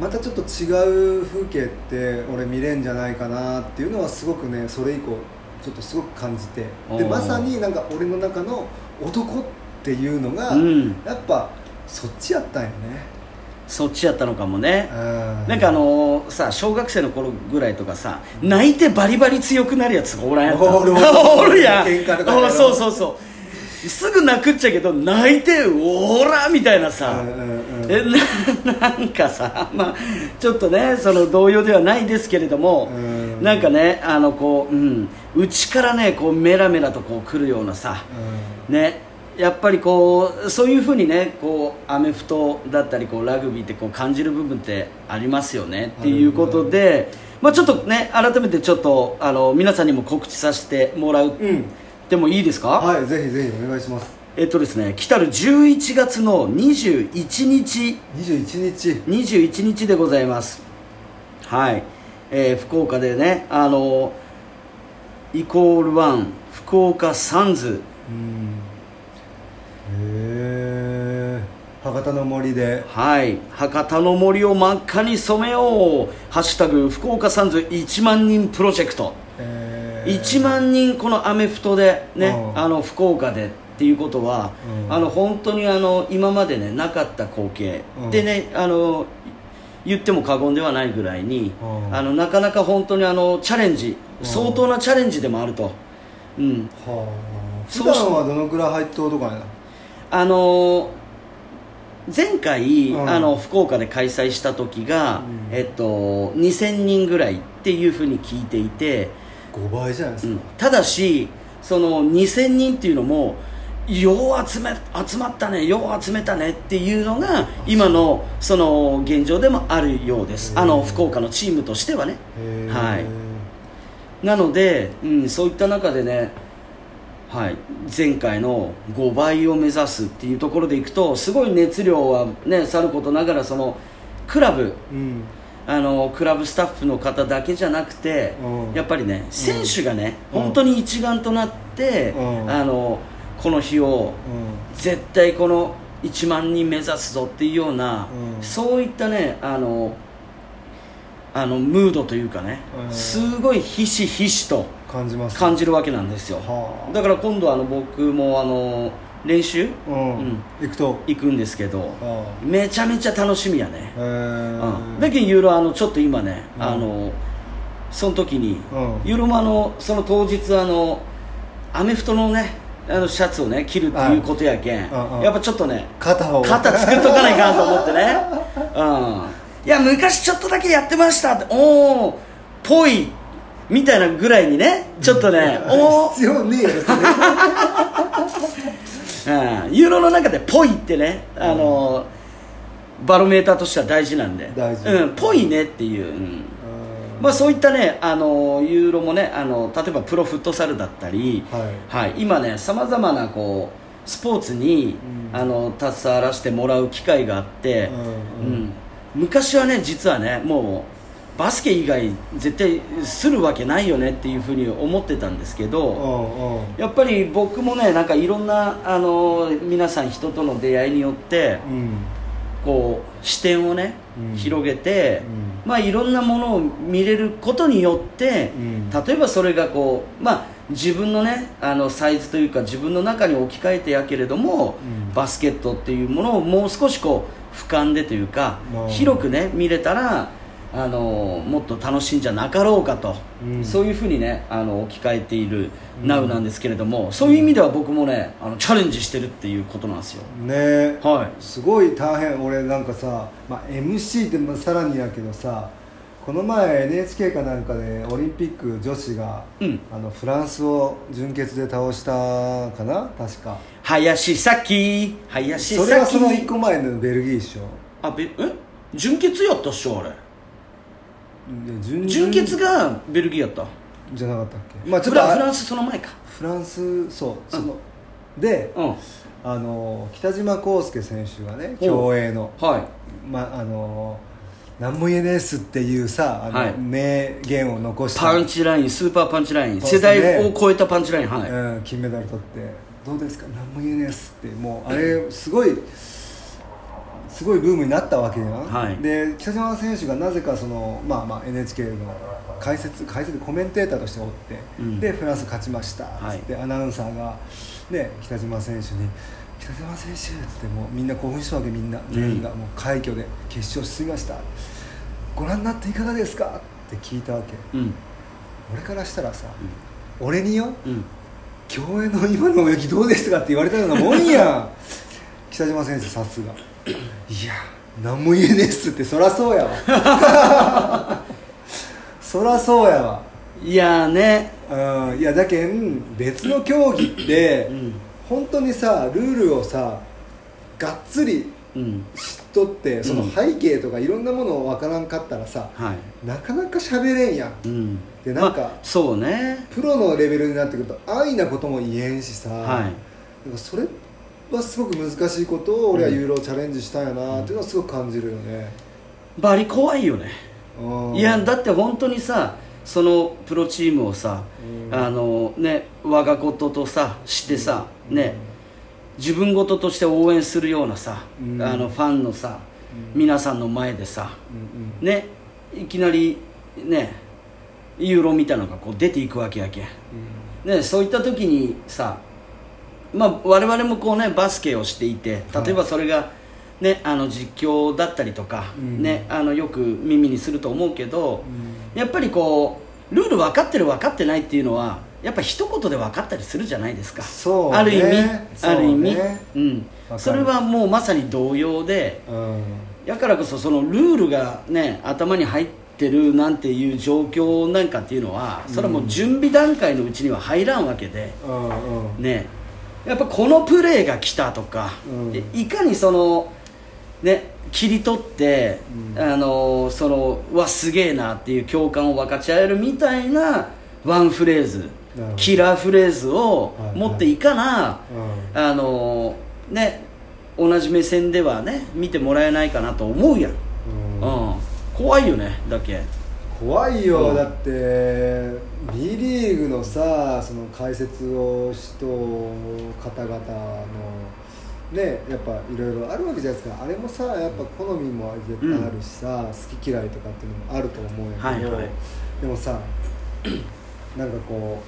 B: またちょっと違う風景って俺見れんじゃないかなっていうのはすごくねそれ以降ちょっとすごく感じて
A: お
B: で
A: ー
B: まさになんか俺の中の男っていうのが、
A: うん
B: やっぱそっちやったんよね
A: そっちやったのかもね
B: うん
A: なんかあのーさ小学生の頃ぐらいとかさ泣いてバリバリ強くなるやつがおらんやった
B: おるおる
A: おるやん
B: 喧嘩とかね
A: おそうそうそうすぐ泣くっちゃけど泣いておらみたいなさ、
B: うんうんうん
A: えななんかさ、まあ、ちょっとねその同様ではないですけれども、
B: うん
A: なんかねあのこう、うん、内からねこうメラメラとこう来るようなさ、ねやっぱりこうそういうふうにねこうアメフトだったりこうラグビーってこう感じる部分ってありますよねっていうことで、まあ、ちょっとね改めてちょっとあの皆さんにも告知させてもらう、
B: うん、うん、
A: でもいいですか、
B: はいぜひぜひお願いします
A: えっとですね来たる11月の21日
B: 21日
A: 21日でございますはい、えー福岡でねあのイコールワン福岡サンズ
B: うんへえ博多の森で
A: はい博多の森を真っ赤に染めよう「ハッシュタグ福岡三十1万人プロジェクト」
B: えー
A: 1万人このアメフトでね
B: うん
A: あの福岡でっていうことは、
B: うん
A: あの本当にあの今までねなかった光景、
B: うん
A: でねあの言っても過言ではないぐらいに、
B: うん
A: あのなかなか本当にあのチャレンジ、
B: うん
A: 相当なチャレンジでもあると、うん、
B: はあ
A: そ
B: 普
A: うし
B: 段はどのくらい入っとうとかやな
A: あのー前回、
B: うん
A: あの福岡で開催した時が、
B: うん
A: えっと、2000人ぐらいっていうふうに聞いていて、
B: 5倍じゃないで
A: う
B: す
A: ん
B: か、
A: ただしその2000人っていうのもよう集め集まったねよう集めたねっていうのが今のその現状でもあるようです
B: へー
A: あの福岡のチームとしてはね
B: へえ
A: はいなので、うん、そういった中でね、はい、前回の5倍を目指すっていうところでいくとすごい熱量は、ね、さることながらそのクラブ
B: うん
A: あのクラブスタッフの方だけじゃなくて、
B: うん
A: やっぱりね選手がね、
B: うん
A: 本当に一丸となって、
B: うん
A: あのこの日を絶対この1万人目指すぞっていうような、
B: うん
A: そういったねあのあのムードというかね、
B: うん
A: すごいひしひしと
B: 感じます
A: 感じるわけなんですよ
B: はあ
A: だから今度あの僕もあの練習
B: うん、
A: うん
B: 行くと
A: 行くんですけど
B: あ
A: めちゃめちゃ楽しみやね
B: あへえ
A: うんだけどユーロあのちょっと今ね、
B: うん
A: あのその時に、
B: うん
A: ユーロもあのその当日あのアメフトのねあのシャツをね着るっていうことやけん、
B: うんうん
A: やっぱちょっとね
B: 肩を
A: 肩作っとかないかんと思ってねうんいや昔ちょっとだけやってましたっておおぽいみたいなぐらいにねちょっとねおお
B: 必要ねえよ別 に
A: うんユーロの中で「ぽい」ってね、あのバロメーターとしては大事なんで
B: 大事
A: うん、ぽいねっていう、うん
B: あー
A: まあ、そういったねあのユーロもねあの例えばプロフットサルだったり、
B: はい
A: 今ねさまざまなこうスポーツに、
B: うん
A: あの携わらせてもらう機会があって、
B: うんうん
A: 昔はね実はねもうバスケ以外絶対するわけないよねっていうふうに思ってたんですけど、
B: うんうん
A: やっぱり僕もねなんかいろんなあの皆さん人との出会いによって
B: うん
A: こう視点をね、
B: うん
A: 広げて、まあいろんなものを見れることによって、
B: うん
A: 例えばそれがこうまあ自分のねあのサイズというか自分の中に置き換えてやけれども、
B: うん
A: バスケットっていうものをもう少しこう俯瞰でというか、
B: まあ
A: 広くね見れたらあのもっと楽しいんじゃなかろうかと、
B: うん
A: そういうふうにねあの置き換えている NOW なんですけれども、そういう意味では僕もねあのチャレンジしてるっていうことなんですよ。
B: ねえ
A: はい
B: すごい大変俺なんかさ、まあ、MC ってまあさらにやけどさこの前 NHK かなんかでオリンピック女子が、
A: うん
B: あのフランスを準決で倒したかな確か
A: 林咲林
B: それはその1
A: 咲
B: 個前のベルギーっしょ
A: あべえ純潔やったっしょあれ
B: で準
A: 純潔がベルギーやった
B: じゃなかったっけまあちょ
A: フ
B: っと
A: ラ
B: あ
A: フランスその前か
B: フランスそうその、で
A: うん
B: あの北島康介選手がね
A: お
B: 競泳の
A: はい
B: まあの何も言えねえっすっていうさあの、
A: はい
B: 名言を残して
A: パンチラインスーパーパンチライン、
B: そう
A: 世
B: ですね
A: 代を超えたパンチラインはい、
B: うん、金メダル取ってどうですか何も言えねえっすってもうあれすごいすごいブームになったわけじゃん、
A: はい
B: で北島選手がなぜかその、まあ、まあ NHK の解説解説コメンテーターとしておって、
A: うん
B: でフランス勝ちました
A: はい
B: つって、アナウンサーが、ね、北島選手に「北島選手」っつってもうみんな興奮したわけみんな全員が、もう快挙で決勝進みましたご覧になっていかがですかって聞いたわけ
A: うん
B: 俺からしたらさ、俺によ、
A: うん
B: 競泳の今の泳ぎどうでしたかって言われたようなもんや 北島先生さすがいや何も言えねえっすってそらそうやわ そらそうやわ
A: いやーね
B: うんいやだけん別の競技って、
A: うん
B: 本当にさルールをさがっつり
A: うん
B: 知っとってその
A: うん
B: 背景とかいろんなものを分からんかったらさ、
A: はい
B: なかなか喋れんやん
A: うん
B: でなんか
A: まあそうね
B: プロのレベルになってくると安易なことも言えんしさ、
A: はい
B: なんかそれはすごく難しいことを俺はユーロチャレンジしたんやなっていうのはすごく感じるよね、
A: バリ怖いよね
B: うん
A: いやだって本当にさそのプロチームをさ、
B: うん
A: あのね我がこととさしてさ、ね自分事として応援するようなさ、
B: うん
A: あのファンのさ、
B: うん
A: 皆さんの前でさ
B: うん
A: ねいきなりねユーロみたいなのがこう出ていくわけやけんね、そういった時にさ、まあ、我々もこう、ね、バスケをしていて
B: はい
A: 例えばそれが、ねあの実況だったりとか、
B: うん
A: ね、あのよく耳にすると思うけど
B: う、ん
A: やっぱりこうルール分かってる分かってないっていうのはやっぱ一言で分かったりするじゃないですか
B: そうね
A: ある意味
B: そう
A: あ
B: ね
A: る意味うん
B: か、る
A: それはもうまさに同様で。
B: うんうん
A: だからこそそのルールがね頭に入ってるなんていう状況なんかっていうのはそれはもう準備段階のうちには入らんわけで、
B: うん
A: ねやっぱこのプレーが来たとか、
B: うん
A: でいかにそのね切り取って、
B: うん
A: あのそのうわすげえなっていう共感を分かち合えるみたいなワンフレーズ
B: なるほど
A: キラーフレーズを
B: はいはい
A: 持っていかな、
B: うん
A: あのね同じ目線ではね見てもらえないかなと思うやん、
B: うん
A: うん、怖いよねだけ
B: 怖いよ、
A: うん
B: だって B リーグのさその解説をしとう方々のねやっぱいろいろあるわけじゃないですかあれもさやっぱ好みも絶対あるしさ、好き嫌いとかっていうのもあると思うんやけど、
A: はいはい
B: でもさ なんかこ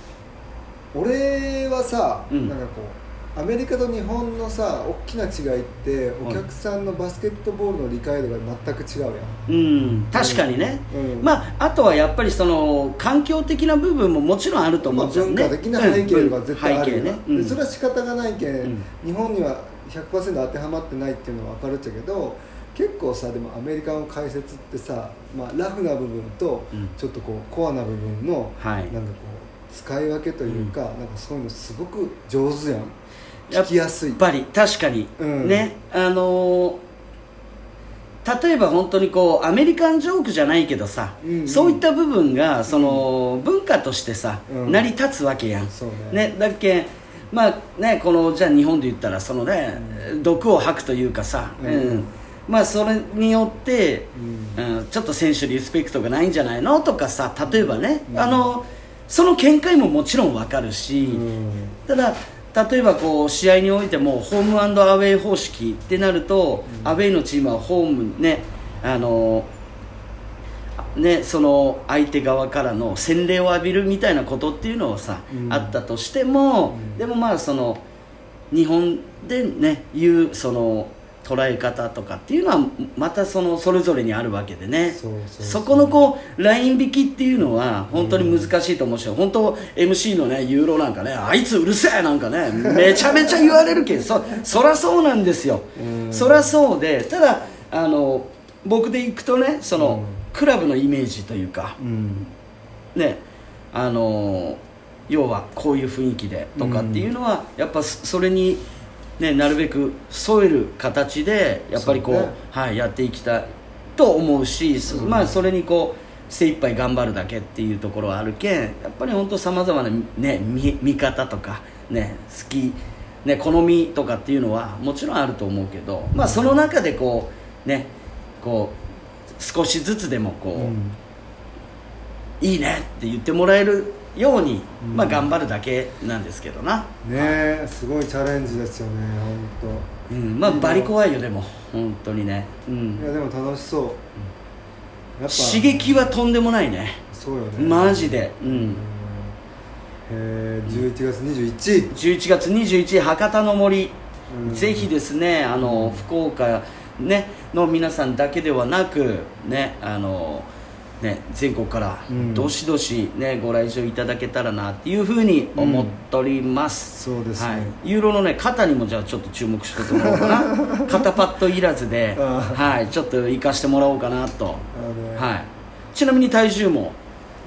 B: う俺はさ、
A: うん
B: なんかこうアメリカと日本のさ大きな違いってお客さんのバスケットボールの理解度が全く違うやん、
A: うん確かにね、
B: うん
A: まああとはやっぱりその環境的な部分ももちろんあると
B: ま
A: 思
B: あ、
A: うじゃ
B: 文
A: んね、
B: 化的な背景とか
A: うん
B: 絶対あるよ
A: 背景
B: な、
A: ね、うん
B: でそれは仕方がないけん、
A: ん
B: 日本には100%当てはまってないっていうのは分かるっちゃけど結構さでもアメリカの解説ってさ、まあ、ラフな部分と
A: うん
B: ちょっとこうコアな部分の
A: はい
B: なんかこう使い分けというか、なんかそういうのすごく上手やん
A: やっ
B: 聞きやすい
A: やっぱり確かに、
B: うん
A: ねあのー例えば本当にこうアメリカンジョークじゃないけどさ、
B: うんうん
A: そういった部分がその、文化としてさ、
B: うん
A: 成り立つわけやん
B: そうね
A: ねだっけまあねこのじゃあ日本で言ったらそのね、毒を吐くというかさ、
B: う
A: うんんまあそれによって、うんちょっと選手リスペクトがないんじゃないのとかさ例えばね、あのその見解ももちろんわかるし、
B: うん
A: ただ例えばこう試合においてもホームアウェー方式ってなると、アウェーのチームはホームねあのねその相手側からの洗礼を浴びるみたいなことっていうのをさ、
B: うん
A: あったとしても、
B: うん
A: でもまあその日本でねいうその捉え方とかっていうのはまたそのそれぞれにあるわけでね
B: そうそうそう
A: そこのこうライン引きっていうのは本当に難しいと思うし、本当 MC のねユーロなんかねあいつうるせえなんかねめちゃめちゃ言われるけどそそらそうなんですよ、
B: うん
A: そらそうでただあの僕で行くとねその、
B: うん
A: クラブのイメージというか
B: うん
A: ねあの要はこういう雰囲気でとかっていうのは、やっぱそそれに、ね、なるべく添える形でやっぱりこう
B: そうね
A: はい、やっていきたいと思うし、そ
B: うん
A: まあそれにこう精一杯頑張るだけっていうところはあるけんやっぱり本当さまざまな、ね、見見方とか、ね、好き、ね、好みとかっていうのはもちろんあると思うけど、まあ、その中でこう、ね、こう少しずつでもこう。
B: うん
A: いいねって言ってもらえるように、
B: うん
A: まあ頑張るだけなんですけどな、
B: ねえすごいチャレンジですよね本
A: うん、まあ
B: いいな
A: バリ怖いよでも本当にね、
B: 当
A: う
B: いや
A: ん、
B: でも楽しそうやっぱ
A: 刺激はとんでもないね
B: そうよね
A: マジで、う
B: うん
A: ん、
B: えー11月21日
A: 11月21日博多の森、
B: うん
A: ぜひですねあの福岡、ね、の皆さんだけではなく、ねあのね、全国から
B: うん
A: どしどし、ねご来場いただけたらなっていうふうに思っております、
B: そうですね
A: はい、ユーロのね肩にもじゃあちょっと注目してもらおうか な肩パッドいらずで、
B: あ
A: はい、ちょっと生かしてもらおうかなと、
B: あのね
A: はい、ちなみに体重も、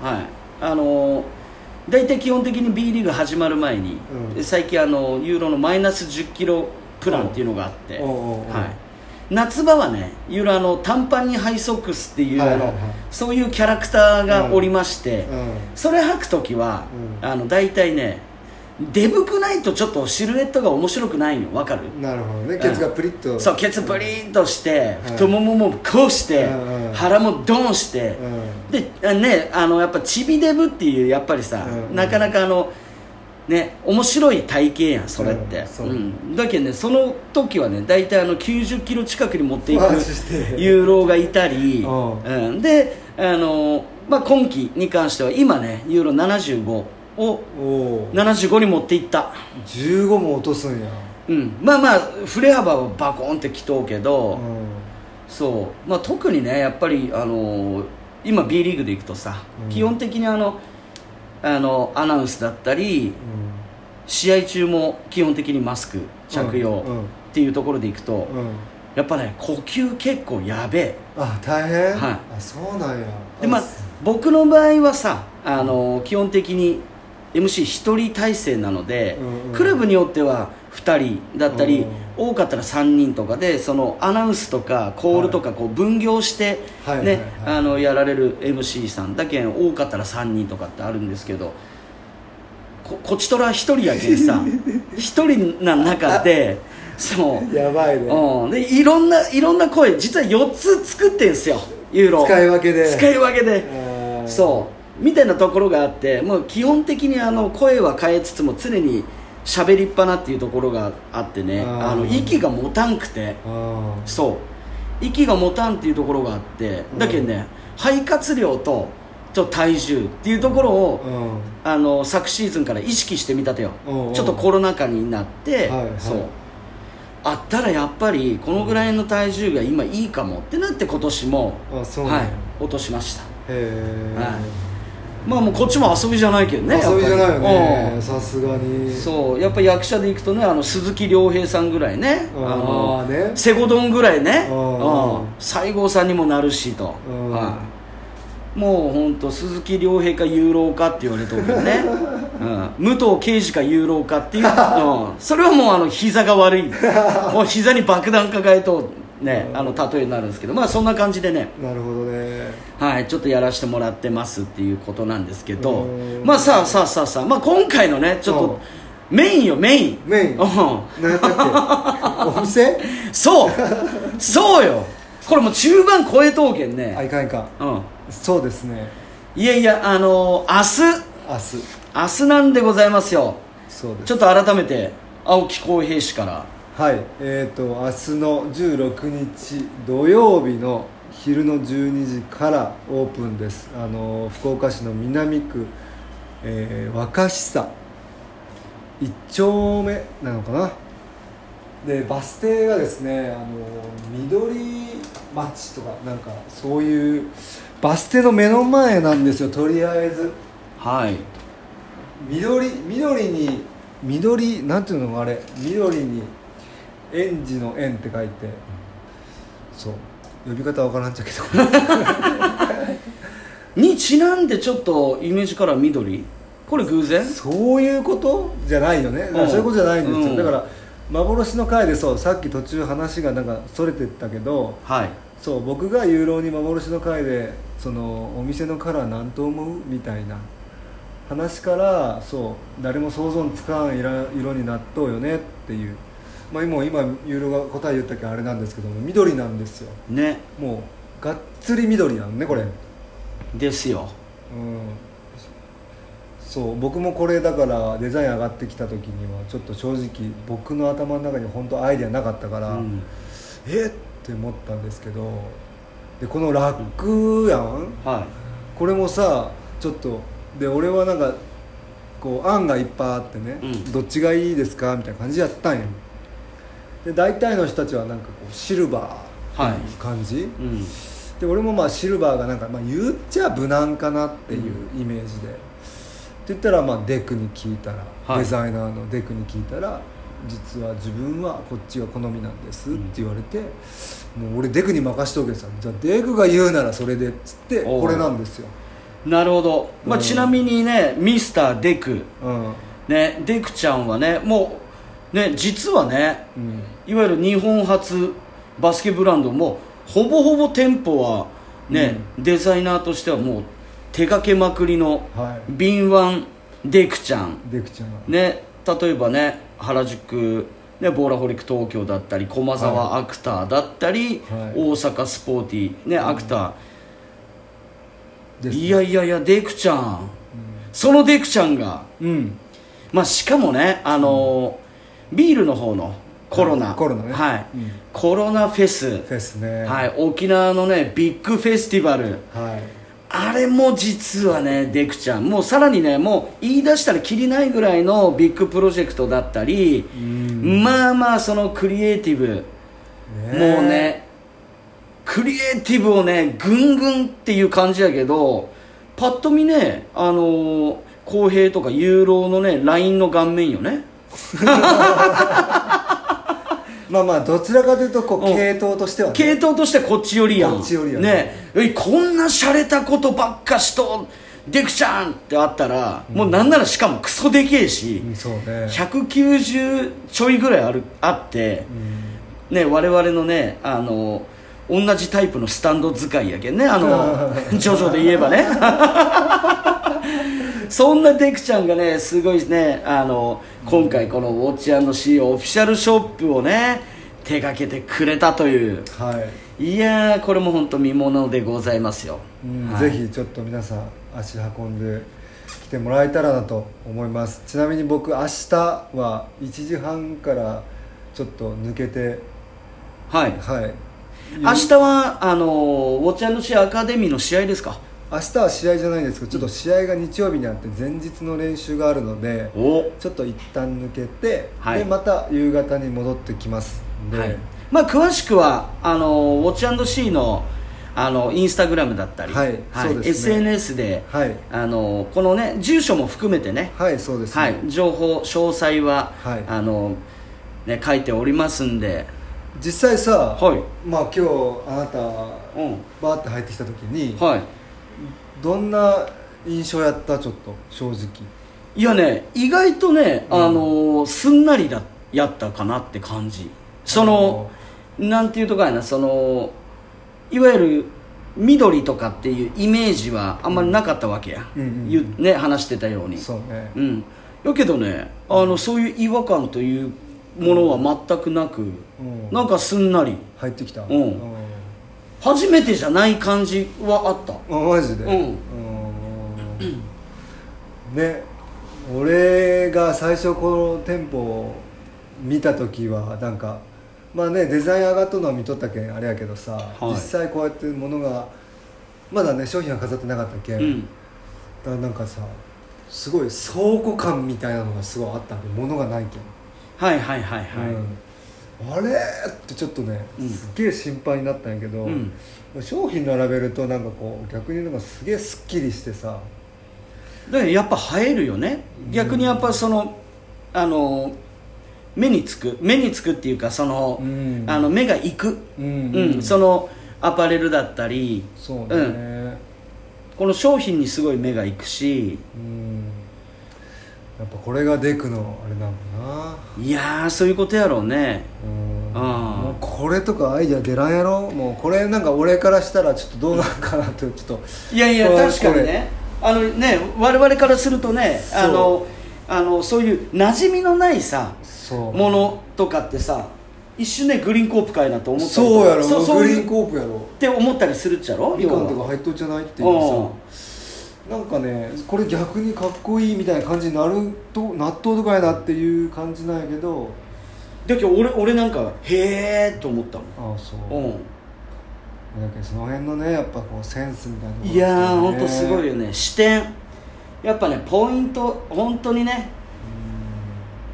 A: はいあのー大体基本的に B リーグ始まる前に、
B: うん
A: 最近あのユーロのマイナス1 0キロプランっていうのがあって、
B: おうおうおう
A: はい、夏場はねユーロあの短パンにハイソックスっていう、
B: はいはいはい
A: あのそういうキャラクターがおりまして、
B: う
A: それ履く時は、
B: うん
A: あの大体ねデブくないとちょっとシルエットが面白くないのわかる
B: んなるほどね
A: ん
B: ケツがプリッと
A: そうケツブリーンとして、
B: うん
A: 太もももこうして、
B: うんうん
A: 腹もドンして、
B: う
A: であねあのやっぱチビデブっていうやっぱりさ、
B: うんうん
A: なかなかあのね面白い体型やんそれって、
B: うん
A: う
B: そうん
A: だけどねその時はね大体あの90キロ近くに持っていく
B: マジで
A: ユーロがいたり、
B: うん
A: うんであの、まあ、今季に関しては今ねユーロ75を
B: んおお
A: 75に持っていった
B: 15も落とすんや
A: うんまあまあ振れ幅はバコーンってきとうけど、
B: うん
A: そう、まあ、特にねやっぱり、あのー今 B リーグでいくとさ、
B: うん
A: 基本的にあのあのアナウンスだったり
B: う
A: 試合中も基本的にマスク着用
B: うんうん
A: っていうところでいくと、
B: んうん
A: やっぱね呼吸結構やべえ
B: あ大変
A: は
B: あそうなんや
A: でまあ
B: す
A: 僕の場合はさ、あのー基本的に MC 一人体制なので、
B: うんうん
A: クラブによっては2人だったり、
B: うん
A: 多かったら3人とかでそのアナウンスとかコールとかこう分業して、
B: はいはい
A: ね
B: はいはい
A: あのやられる MC さんだけん多かったら3人とかってあるんですけどここちとら1人やけ んさ1人な中でそう
B: やばいね
A: うん、でいろんないろんな声実は4つ作ってんすよユーロ
B: 使い分けで
A: 使い分けで、
B: あー
A: そうみたいなところがあってもう基本的にあの声は変えつつも常に喋りっぱなっていうところがあってね
B: あー
A: あの息が持たんくて
B: あー
A: そう息が持たんっていうところがあってだけどね、肺活量とちょっと体重っていうところを、
B: うん
A: あの昨シーズンから意識してみたとよ
B: おうおう
A: ちょっとコロナ禍になって、
B: はいはい
A: そうあったらやっぱりこのぐらいの体重が今いいかもってなって今年も、
B: あそうなんや
A: は
B: へ
A: い、落としました
B: え
A: はいまあもうこっちも遊びじゃないけどね
B: 遊びじゃないよ
A: やっぱりう
B: ね
A: ん
B: さすがに
A: そうやっぱ役者でいくとねあの鈴木亮平さんぐらいね
B: あー
A: の
B: ね
A: セゴドンぐらいね
B: あー
A: うん西郷さんにもなるしと、
B: うん
A: はい、もう本当鈴木亮平かユーロかって言われてるけ どね、うん、武藤敬司かユーロかっていう、うん、それはもうあの膝が悪いもう膝に爆弾抱えとねあの例えになるんですけどまあそんな感じでね
B: なるほどね
A: はい、ちょっとやらせてもらってますっていうことなんですけど
B: う、ん
A: まあさあさあさあさあ、まあ今回のね、ちょっとメインよ、メイン。
B: メイン
A: うん
B: 何やったっ けお店
A: そうそうよこれもう中盤超えとうけん
B: あ
A: ね。
B: いかんいかん
A: うん。
B: そうですね
A: いやいや、あのー明日、
B: 明日
A: 明日なんでございますよ。
B: そうです
A: ちょっと改めて、青木浩平氏から。
B: はいえー、と明日の16日土曜日の昼の12時からオープンですあの福岡市の南区、えー若久1丁目なのかなでバス停がですねあの緑町とかなんかそういうバス停の目の前なんですよとりあえず
A: はい。
B: 緑緑に緑なんていうのあれ緑に園児の園って書いてそう呼び方わからんちゃうけど
A: にちなんでちょっとイメージから緑これ偶然
B: そういうことじゃないよねだからそういうことじゃないんですよ、
A: うん
B: だから幻の回でそうさっき途中話がなんかそれてったけど
A: はい。
B: そう僕がユーロに幻の回でそのお店のカラーなんと思うみたいな話からそう誰も想像のつかん色色になっとうよねっていう、まあ、今今ユーロが答え言ったけどあれなんですけども緑なんですよ
A: ね。
B: もうがっつり緑なのねこれうん
A: ですよ。
B: そう僕もこれだからデザイン上がってきた時にはちょっと正直僕の頭の中に本当アイデアなかったか
A: う
B: ら、
A: ん。
B: えっって思ったんですけどでこのラックやん
A: は
B: これもさちょっとで俺はなんかこう案がいっぱいあってね、
A: うん
B: どっちがいいですかみたいな感じやったんやで大体の人たちはなんかこうシルバーっていう感じ、
A: い。うん。
B: で俺もまあシルバーがなんか、まあ、言っちゃ無難かなっていうイメージで、って言ったらまあデクに聞いたら、
A: はい
B: デザイナーのデクに聞いたら実は自分はこっちが好みなんですって言われて、もう俺デクに任しとけさじゃあデクが言うならそれでっつって
A: おう
B: これなんですよ、
A: なるほど、まあ、
B: うん
A: ちなみにねミスターデク、
B: うん
A: ね、デクちゃんはねもうね実はね
B: うん、
A: いわゆる日本初バスケブランドもほぼほぼ店舗はね、デザイナーとしてはもう手掛けまくりの
B: はい
A: 敏腕デクちゃん
B: デクちゃん、
A: ね例えばね原宿ね、ボーラホリック東京だったり駒沢アクターだったり、
B: はい
A: 大阪スポーティー、ねアクター、
B: です
A: いやいやいやデクちゃんそのデクちゃんが、
B: うん
A: まあ、しかもね、あのービールの方のコロナ、
B: うんコロナね
A: はい
B: うん
A: コロナフェス、
B: フェスね
A: はい、沖縄のねビッグフェスティバル
B: はい、
A: あれも実はねデクちゃんもうさらにねもう言い出したらきりないぐらいのビッグプロジェクトだったり、
B: ん
A: まあまあそのクリエイティブ、もうねクリエイティブをねぐんぐんっていう感じやけどパッと見ねあのー浩平とかユーロのね LINE の顔面よね
B: まあまあどちらかというとこう
A: うん
B: 系統としてはね
A: 系統としてこっち寄りやん
B: こっち寄りやね
A: ねえこんな洒落たことばっかしとデクちゃんってあったら、もうなんならしかもクソでけえし、
B: うんそうね
A: 190ちょいぐらいあるあって、
B: うん
A: ね、我々のねあの同じタイプのスタンド使いやけんねあ のジョジョで言えばね そんなデクちゃんがねすごいねあの今回このウォッチャンの C オフィシャルショップをね手掛けてくれたという
B: はい
A: いやーこれも本当見ものでございますよ、
B: うん
A: は
B: ぜ
A: い
B: ひちょっと皆さん足運んで来てもらえたらなと思いますちなみに僕明日は1時半からちょっと抜けて
A: はい
B: はい
A: 明日はあのウォッチャンの C アカデミーの試合ですか
B: 明日は試合じゃないんですけどちょっと試合が日曜日にあって前日の練習があるので
A: お
B: ちょっと一旦抜けて、
A: はい
B: でまた夕方に戻ってきますんで、
A: はいまあ、詳しくはあのウォッチ &C のあのインスタグラムだったり、
B: はいそうですね
A: SNS で
B: はい
A: あのこの、ね、住所も含めてね、
B: はいそうですね、
A: はい、情報詳細は、
B: はい
A: あのね、書いておりますんで、
B: 実際さ、
A: はい
B: まあ今日あなた
A: うん
B: バーって入ってきた時に、
A: は
B: どんな印象やったちょっと正直
A: い、いやね意外とね、
B: うん
A: あのすんなりだやったかなって感じそのなんていうとかやなそのいわゆる緑とかっていうイメージはあんまりなかったわけや、
B: うんうんうん
A: 言うね、話してたように
B: そうね
A: うん、やけどねあのそういう違和感というものは全くなく、
B: ん
A: なんかすんなり
B: 入ってきた
A: ん初めてじゃない感じはあった
B: あマジで
A: うん
B: うんね俺が最初この店舗を見た時はなんかまあねデザイン上がったのは見とったけんあれやけどさ、
A: い
B: 実際こうやってものがまだね商品は飾ってなかったけん、だ
A: うん
B: からなんかさすごい倉庫感みたいなのがすごいあったんで物がないけん、
A: はいはいはいはい、
B: うんあれってちょっとね、
A: うん
B: すっげえ心配になったんやけど、
A: うん
B: 商品並べるとなんかこう逆になんかすげえすっきりしてさ
A: だからやっぱ映えるよね逆にやっぱそのあの目につく目につくっていうかその,、
B: うん
A: あの目が行く、
B: うん
A: うんそのアパレルだったり
B: そうね
A: ん、この商品にすごい目が行くし
B: うん、やっぱこれがデクのあれなのか
A: いやーそういうことやろうね
B: なうん
A: あー
B: もうこれとかアイデア出らんやろもうこれなんか俺からしたらちょっとどうなんかなとちょっと
A: いやいや
B: これ
A: 確かにねあのね我々からするとね
B: そう
A: あのあのそういう馴染みのないさ
B: そう
A: ものとかってさ一瞬ねグリーンコープかいなと思ったりとか
B: そうやろ
A: そうそう
B: グ
A: い
B: リ
A: う
B: ーンコープやろ
A: って思ったりするっちゃろ
B: みかんと
A: 要
B: か
A: は
B: 入っとっちゃないっていううんさなんかねこれ逆にかっこいいみたいな感じになると納豆とかやなっていう感じなんやけど
A: だけど俺俺なんかへえと思った
B: ああそう
A: もん、うん
B: だけどその辺のねやっぱこうセンスみたいなのが
A: いや
B: ね
A: ーほんとすごいよね視点やっぱねポイント本当にね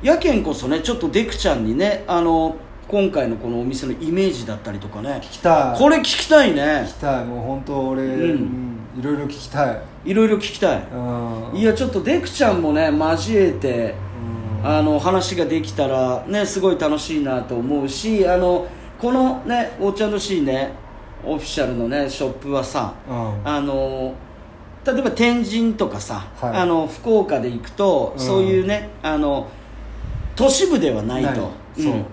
A: やけんこそねちょっとデクちゃんにねあの今回のこのお店のイメージだったりとかね
B: 聞きたい
A: これ聞きたいね
B: 聞きたいもう本当俺、
A: う
B: うんいろいろ聞きたい、
A: いろいろ聞きたい
B: うん、
A: いやちょっとデクちゃんもね交えて
B: うん
A: あの話ができたらねすごい楽しいなと思うしあのこのねお茶のシーねオフィシャルのねショップはさ
B: うん
A: あの例えば天神とかさ、
B: はい
A: あの福岡で行くと、
B: うん
A: そういうねあの都市部ではないと
B: ないそう
A: うん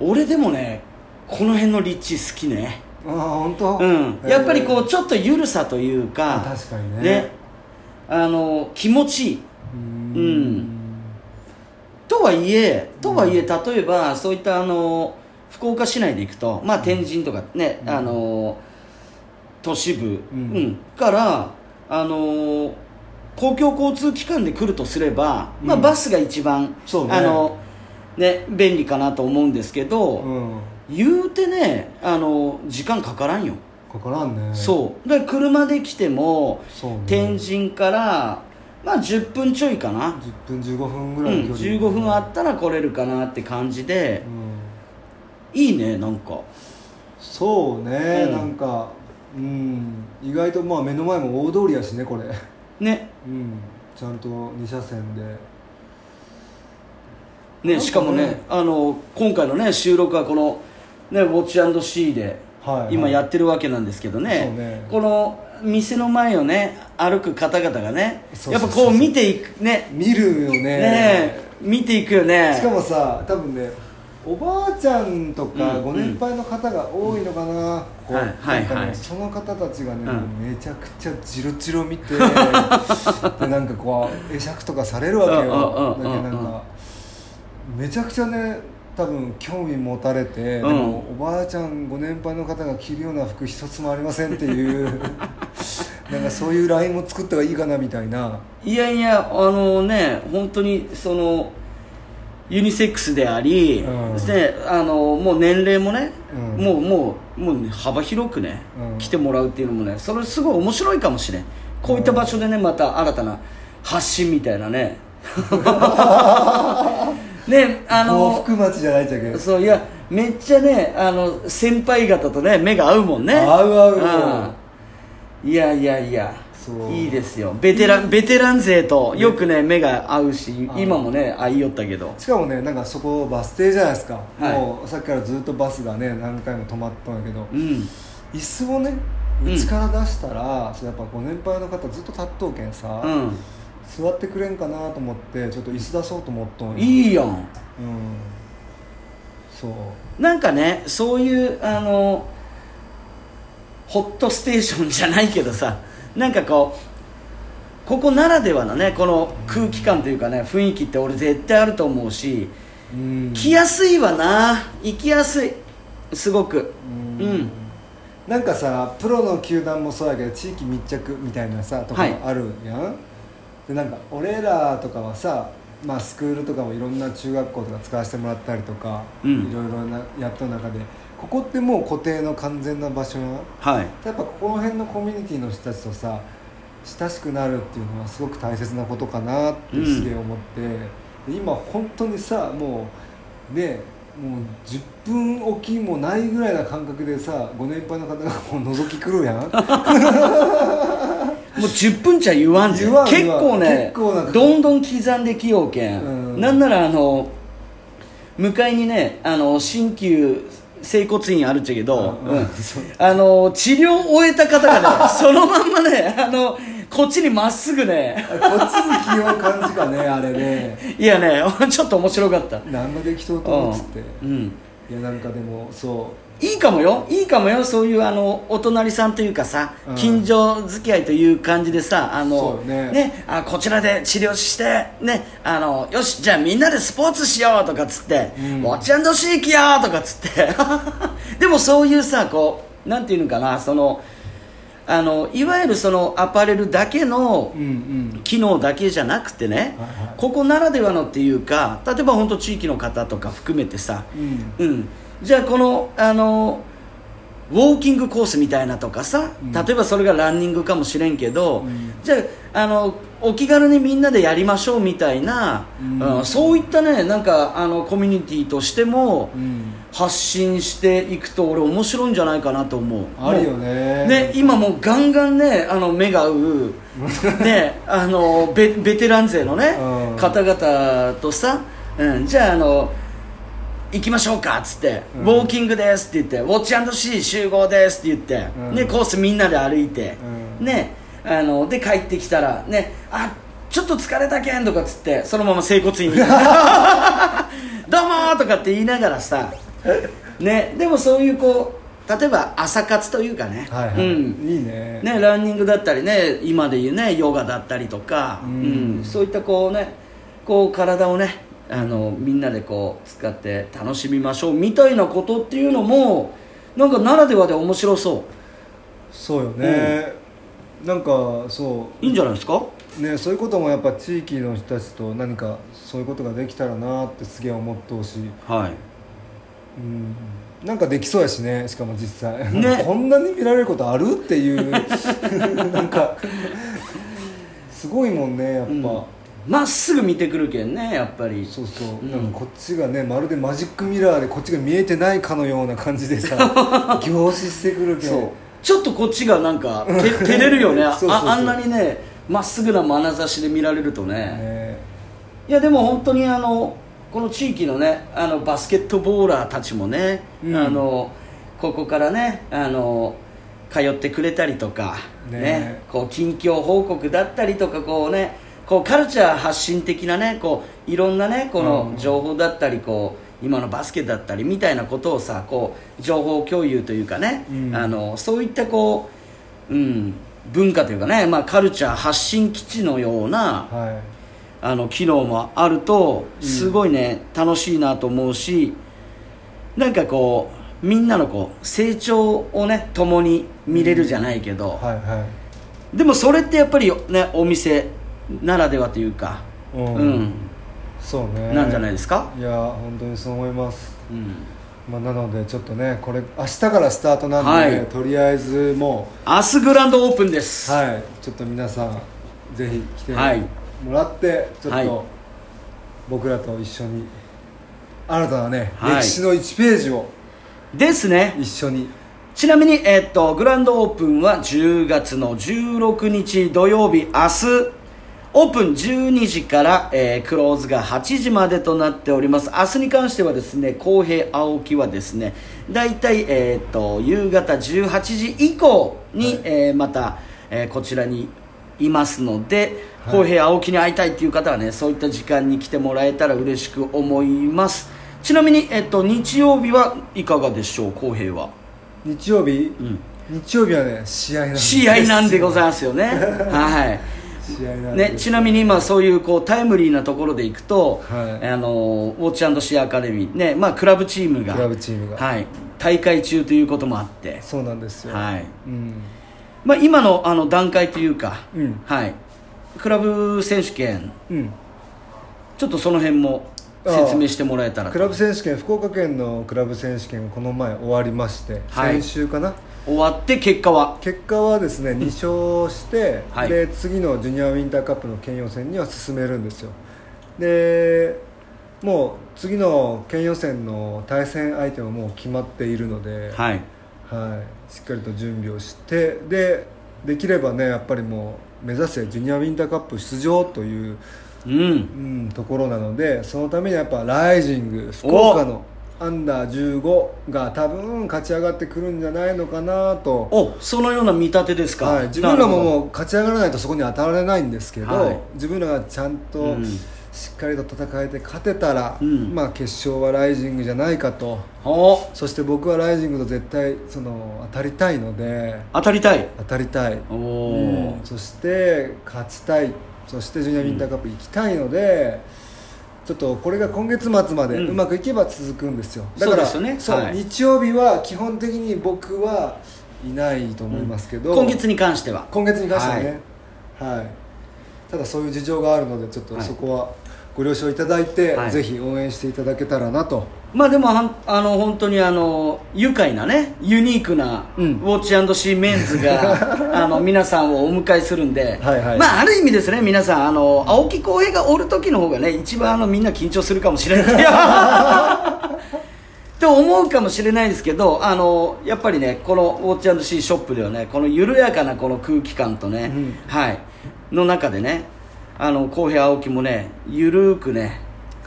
A: 俺でもねこの辺の立地好きね
B: あ本当
A: うん、やっぱりこ
B: え
A: うちょっと緩さというか
B: あ確かにね
A: あの気持ちいい
B: ーうん
A: とはいえとはいえ例えばそういったあの福岡市内で行くと、まあ、天神とかね、あの都市部、
B: う
A: うんんからあの公共交通機関で来るとすれば、まあ、
B: うん
A: バスが一番、
B: そうね
A: あのね、便利かなと思うんですけど、
B: うん
A: 言うてねあの時間かからんよ。
B: かからんねう
A: そうだから車で来ても
B: そう、ね、
A: 天神から、まあ、10分ちょいかな、
B: 10分15分
A: う
B: ぐ
A: ん
B: らいの距離、
A: 15分あったら来れるかなって感じで
B: うん
A: いいねなんか
B: そうね、
A: うん
B: なんかうん意外とまあ目の前も大通りやしねこれ
A: ね
B: うんちゃんと2車線でなんかね
A: ねしかもねあの今回のね収録はこの、ね「ウォッチシーで
B: はいはい
A: 今やってるわけなんですけどね,、
B: そうね
A: この店の前をね歩く方々がね
B: そう
A: や
B: そ
A: っ
B: う
A: ぱ
B: そう
A: こう見ていくね
B: 見るよね
A: ね見ていくよね
B: しかもさ多分ねおばあちゃんとか
A: うん
B: ご年配の方が多いのかな、こう
A: はいは
B: な
A: い
B: んかね
A: はい
B: その方たちがね、
A: うん
B: めちゃくちゃジロジロ見 てでなんかこう会釈とかされるわけよ
A: うん
B: だ
A: うん
B: け
A: うんう
B: ど
A: ん
B: なんかめちゃくちゃね多分興味持たれて、
A: うん
B: でもおばあちゃんご年配の方が着るような服一つもありませんっていう なんかそういうラインも作った方がいいかなみたいない
A: やいやあのね本当にそのユニセックスであり、
B: うん
A: であのもう年齢もね、
B: うん
A: もうもうもうね、幅広くね、
B: うん
A: 来てもらうっていうのもねそれすごい面白いかもしれんこういった場所でねまた新たな発信みたいなね ね
B: 幸
A: あの
B: 福町じゃないっちゃけど
A: そういやめっちゃねあの先輩方とね目が合うもんね
B: 合う合う
A: うんいやいやいや
B: そう
A: いいですよベテランベテラン勢とよくね目が合うし
B: あ
A: 今もね合いよったけど
B: しかもねなんかそこバス停じゃないですか、
A: はい
B: もうさっきからずっとバスがね何回も止まったんやけど
A: うん
B: 椅子をね
A: うん
B: うちから出したら、そうやっぱご年配の方ずっと立っとうけんさ、
A: うん
B: 座ってくれんかなと思ってちょっと椅子出そうと思っとんよ
A: いいやん
B: うんそう
A: なんかねそういうあのホットステーションじゃないけどさなんかこうここならではのねこの空気感というかね雰囲気って俺絶対あると思うし
B: うん
A: 来やすいわな行きやすいすごく
B: うん
A: うん
B: なんかさプロの球団もそうやけど地域密着みたいなさとこ
A: はい
B: あるやん、でなんか俺らとかはさまあスクールとかもいろんな中学校とか使わせてもらったりとか、
A: うん
B: いろいろなやった中でここってもう固定の完全な場所やん
A: はい
B: やっぱここの辺のコミュニティの人たちとさ親しくなるっていうのはすごく大切なことかなって
A: うん
B: すげえ思って、で今本当にさもうねもう10分おきもないぐらいな感覚でさご年配の方がこう覗き来るやん
A: もう10分ちゃ言わんぜ
B: 言わん
A: 結構
B: 言わん
A: ね
B: 結構なんか
A: どんどん刻んできようけん、
B: うん
A: なんならあの向かいにねあの鍼灸整骨院あるっちゃけど、
B: うん
A: うん
B: そう
A: あの治療を終えた方 がねそのまんまねあのこっちにまっすぐね
B: こっちに気を感じかねあれね
A: いやね ちょっと面白かった
B: 何の激闘と思っつって、
A: うんうん
B: いやなんかでもそ
A: いいかもよいいかもよそういうあのお隣さんというかさ、
B: うん
A: 近所付き合いという感じでさあの
B: そうね
A: あこちらで治療してねあのよしじゃあみんなでスポーツしようとかっつって、
B: うん
A: もちゃんどし行きようとかっつって でもそういうさこうなんていうのかなそのあのいわゆるそのアパレルだけの
B: ううんうん
A: 機能だけじゃなくてね、
B: はいはい
A: ここならではのっていうか例えば本当地域の方とか含めてさ、
B: うん
A: うん、じゃあこのあのウォーキングコースみたいなとかさ、
B: うん
A: 例えばそれがランニングかもしれんけど、
B: うん
A: じゃああのお気軽にみんなでやりましょうみたいな、
B: うん
A: うんそういったねなんかあのコミュニティとしても
B: うん
A: 発信していくと俺面白いんじゃないかなと思う
B: あるよ
A: も
B: ね
A: うね今もうガンガンねあの目が 合うねあのベベテラン勢のね、
B: うん
A: 方々とさ、うん、じゃああの行きましょうかっつって、
B: うん
A: ウォーキングですって言ってウォッチアンドシー集合ですって言って、
B: うん
A: ね、コースみんなで歩いて、
B: うん
A: ねあので帰ってきたらねあちょっと疲れたけんとかっつってそのまま整 骨院にどうもーとかって言いながらさ、ね、でもそういうこう例えば朝活というかね、
B: はいはい、
A: うん
B: いいね
A: ね、ランニングだったりね今で言うねヨガだったりとか、
B: う
A: うんんそういったこうねこう体をねあのみんなでこう使って楽しみましょうみたいなことっていうのもなんかならではで面白そ
B: そうよね、なんかそう
A: いいんじゃないですか
B: うねそういうこともやっぱ地域の人たちと何かそういうことができたらなってすげえ思ってほしい、
A: はい
B: うん、なんかできそうやしねしかも実際、
A: ね
B: こんなに見られることあるっていう なんかすごいもんねやっぱ、
A: うんまっすぐ見てくるけんねやっぱり
B: そうそう、
A: うん
B: なんかこっちがねまるでマジックミラーでこっちが見えてないかのような感じで さ凝視してくるけ
A: そう
B: ど
A: ちょっとこっちがな んかて照れるよね
B: そうそうそう
A: ああんなにねまっすぐな眼差しで見られると
B: ね
A: いやでも本当にあのこの地域のねあのバスケットボーラーたちもね、
B: うん
A: あのここからねあの通ってくれたりとか、
B: ね
A: ね
B: え
A: こう近況報告だったりとかこうねこうカルチャー発信的なねこういろんなねこ
B: う
A: の
B: ん
A: 情報だったりこう今のバスケだったりみたいなことをさこう情報共有というかね、
B: うん
A: あのそういったこう、うん、文化というかね、まあ、カルチャー発信基地のような、
B: は
A: あの機能もあるとすごいね、楽しいなと思うしなんかこうみんなのこう成長をね共に見れるじゃないけど
B: い、はいはい
A: でもそれってやっぱりねお店ならではというか
B: う
A: うんん、
B: そうね
A: なんじゃないですか、
B: いや本当にそう思います、
A: うん、
B: まあ、なのでちょっとねこれ明日からスタートなんで、ね
A: はい
B: とりあえずも
A: 明日グランドオープンで
B: う
A: す、
B: はいちょっと皆さんぜひ来て
A: はい
B: もらって、ちょっ
A: はい
B: と僕らと一緒に新たなね、
A: はい
B: 歴史の1ページを
A: ですね
B: 一緒に
A: ちなみに、えっとグランドオープンは10月の16日土曜日明日オープン12時から、えークローズが8時までとなっております明日に関してはですね公平青木はですね大体、えっと夕方18時以降に、えーまた、えーこちらにいますので、
B: はい
A: 公平青木に会いたいという方はねそういった時間に来てもらえたら嬉しく思いますちなみに、えっと、日曜日はいかがでしょう浩平は、
B: 日曜日、
A: うん、
B: 日曜日はね試合なんです
A: 試合なんでございます よねはい
B: 試合なんで
A: ね、ちなみに今そういうこうタイムリーなところでいくと、
B: はい
A: あのウォッチシェアアカデミー、ねまあ、クラブチームが
B: クラブチームが
A: はい、大会中ということもあって、
B: そうなんですよ
A: はい
B: うん
A: まあ、今のあの段階というか、
B: うん
A: はい、クラブ選手権
B: うん
A: ちょっとその辺も説明してもらえたらと
B: クラブ選手権福岡県のクラブ選手権がこの前終わりまして、
A: はい
B: 先週かな
A: 終わって結果は
B: 結果はですね2勝して、
A: はい
B: で次のジュニアウィンターカップの県予選には進めるんですよでもう次の県予選の対戦相手ももう決まっているので、
A: はい
B: はい、しっかりと準備をしてでできればねやっぱりもう目指せジュニアウィンターカップ出場という、
A: う
B: うんん、ところなのでそのためにはやっぱライジング福岡のアンダー15が多分勝ち上がってくるんじゃないのかなと、
A: おそのような見立てですか、
B: はい、自分らも
A: なるほ
B: もう勝ち上がらないとそこに当たられないんですけど、
A: はい
B: 自分らがちゃんと
A: うん
B: しっかりと戦えて勝てたら、
A: うん
B: まあ、決勝はライジングじゃないかと。
A: どお
B: そして僕はライジングと絶対その当たりたいので
A: 当たりたい
B: 当たりたい、
A: お
B: う
A: お
B: ん、そして勝ちたいそしてジュニアウィンターカップ行きたいので、ちょっとこれが今月末まで
A: うん
B: うまくいけば続くんですよ、
A: そう
B: だから
A: ですよね
B: そう
A: はい
B: 日曜日は基本的に僕はいないと思いますけど、
A: 今月に関しては
B: 今月に関してはねはい、ただそういう事情があるのでちょっと
A: はい
B: そこはご了承いただいて、
A: はい
B: ぜひ応援していただけたらな と
A: まあでもはんあの本当にあの愉快なねユニークなウ
B: うん
A: ォッチシーメンズ があの皆さんをお迎えするんで
B: はいはい
A: まあある意味ですね皆さんあの青木浩平がおる時の方がね一番あのみんな緊張するかもしれない って思うかもしれないですけどあのやっぱりねこのウォッチシーショップではねこの緩やかなこの空気感とね、
B: うん
A: はいの中でねあの浩平青木もねゆるーくね、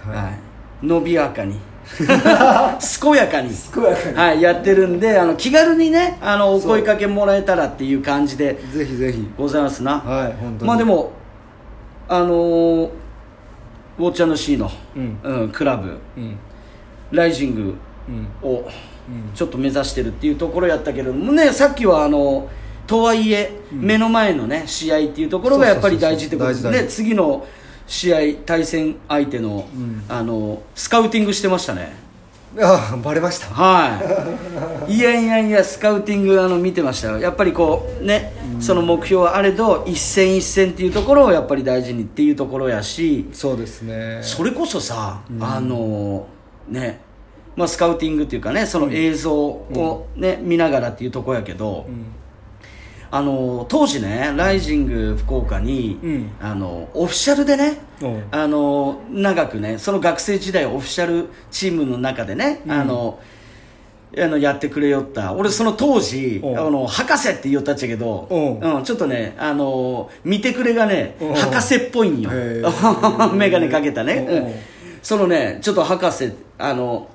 B: はい
A: はい、伸びやかに。 健やかに
B: 健やかに
A: はい、やってるんであの気軽にねあのお声かけもらえたらっていう感じで
B: ぜひぜひ
A: ございますな、
B: はい本当に
A: まあでもあのーウォッチャーの C の、
B: うん
A: うん、クラブ
B: うん
A: ライジング
B: うん
A: を
B: うん
A: ちょっと目指してるっていうところやったけれどもねさっきはあのとはいえ、目の前のね試合っていうところがやっぱり大事ってことです
B: そうそうそう
A: ね
B: 大
A: 次の試合対戦相手の、
B: うん
A: あのスカウティングしてましたね
B: ああバレました
A: はい、いやいやいや、スカウティングあの見てましたよ、やっぱりこうね、その目標はあれど、一戦一戦っていうところをやっぱり大事にっていうところやし、
B: そうですね
A: それこそさ、あのね、まあ、スカウティングっていうかね、その映像を、ね見ながらっていうところやけど、
B: うん
A: あの当時ね、ライジング福岡に、
B: うん
A: あのオフィシャルでね、
B: うん
A: あの長くね、その学生時代、オフィシャルチームの中でね、あのあのやってくれよった、俺、その当時、あ
B: うん
A: の博士って言おったっちゃけど、
B: うん
A: うんちょっとね、あの見てくれがね
B: う、ん
A: 博士っぽいんよ
B: へ、 ー
A: 眼鏡かけたね、
B: うん
A: うんそのね、ちょっと博士、あの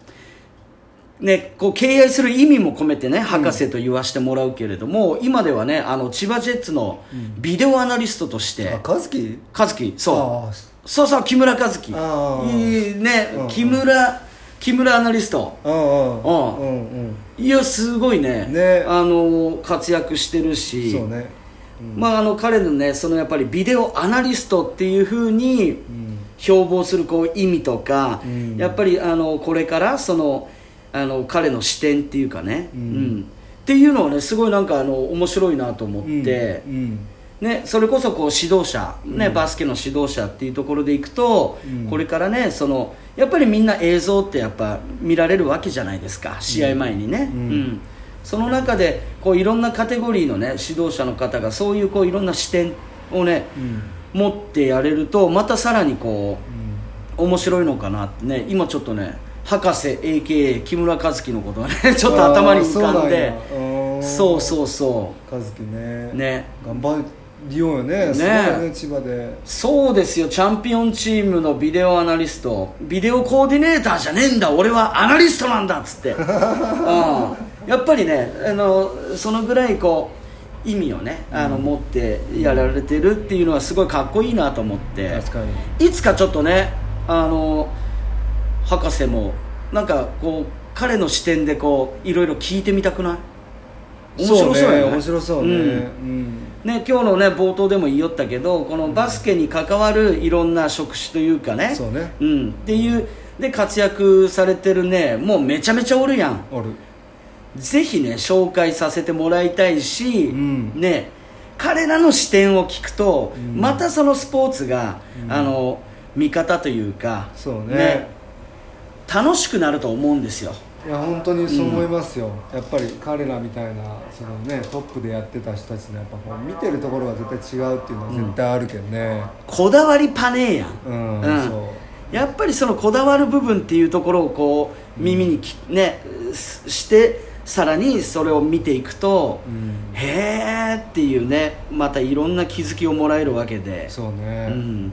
A: ね、こう敬愛する意味も込めてね博士と言わせてもらうけれども、今ではねあの千葉ジェッツのビデオアナリストとして
B: あ、カズキ
A: 和樹そう
B: ああ
A: そうそう木村和樹
B: あー
A: いいね、
B: うん
A: 木村木村アナリスト
B: ああ
A: うん
B: うんうん
A: いやすごいね
B: ね
A: あの活躍してるし
B: そうね
A: まあ、あの彼のねそのやっぱりビデオアナリストっていうふうに
B: ん
A: 標榜するこう意味とか、
B: うん
A: やっぱりあのこれからそのあの彼の視点っていうかね、う
B: うんん
A: っていうのはねすごいなんかあの面白いなと思って、
B: うん
A: ね、それこそこう指導者、ねバスケの指導者っていうところでいくと、
B: うん
A: これからねそのやっぱりみんな映像ってやっぱ見られるわけじゃないですか試合前にね、う
B: うんん
A: その中でこういろんなカテゴリーの、ね、指導者の方がそういうこういろんな視点をね、
B: うん
A: 持ってやれるとまたさらにこ
B: うん
A: う面白いのかなってね今ちょっとね博士 AKA 木村和樹のことがね ちょっと頭に浮かんで
B: ああそうなんや
A: そう
B: う
A: そうそ
B: カズキね
A: うね
B: 頑張りようよね
A: ね
B: すごいね千葉で
A: そうですよチャンピオンチームのビデオアナリストビデオコーディネーターじゃねえんだ俺はアナリストなんだっつ って、うん、やっぱりねあのそのぐらいこう意味をねあの、持ってやられてるっていうのはすごいかっこいいなと思って
B: 確かに
A: いつかちょっとねあの博士もなんかこう彼の視点でこういろいろ聞いてみたくない面白そうや
B: ね
A: ね
B: 面白そうね、
A: ん
B: うん
A: ね、今日の、ね、冒頭でも言いよったけどこのバスケに関わるいろんな職種というかね
B: そうね
A: ん、っていうで活躍されてるねもうめちゃめちゃおるやん
B: ある
A: ぜひね紹介させてもらいたいし、
B: うん
A: ね彼らの視点を聞くと、
B: うん
A: またそのスポーツが、
B: うん
A: あの見方というか
B: そうね
A: 楽しくなると思うんですよ
B: いや本当にそう思いますよ、やっぱり彼らみたいなその、ね、トップでやってた人たちのやっぱこう見てるところは絶対違うっていうのは絶対あるけどね
A: こだわりパネーやん
B: うん、
A: うん
B: そ
A: やっぱりそのこだわる部分っていうところをこう耳にき、ねすしてさらにそれを見ていくと、
B: う、うん、
A: へーっていうねまたいろんな気づきをもらえるわけで
B: そうね、
A: うん、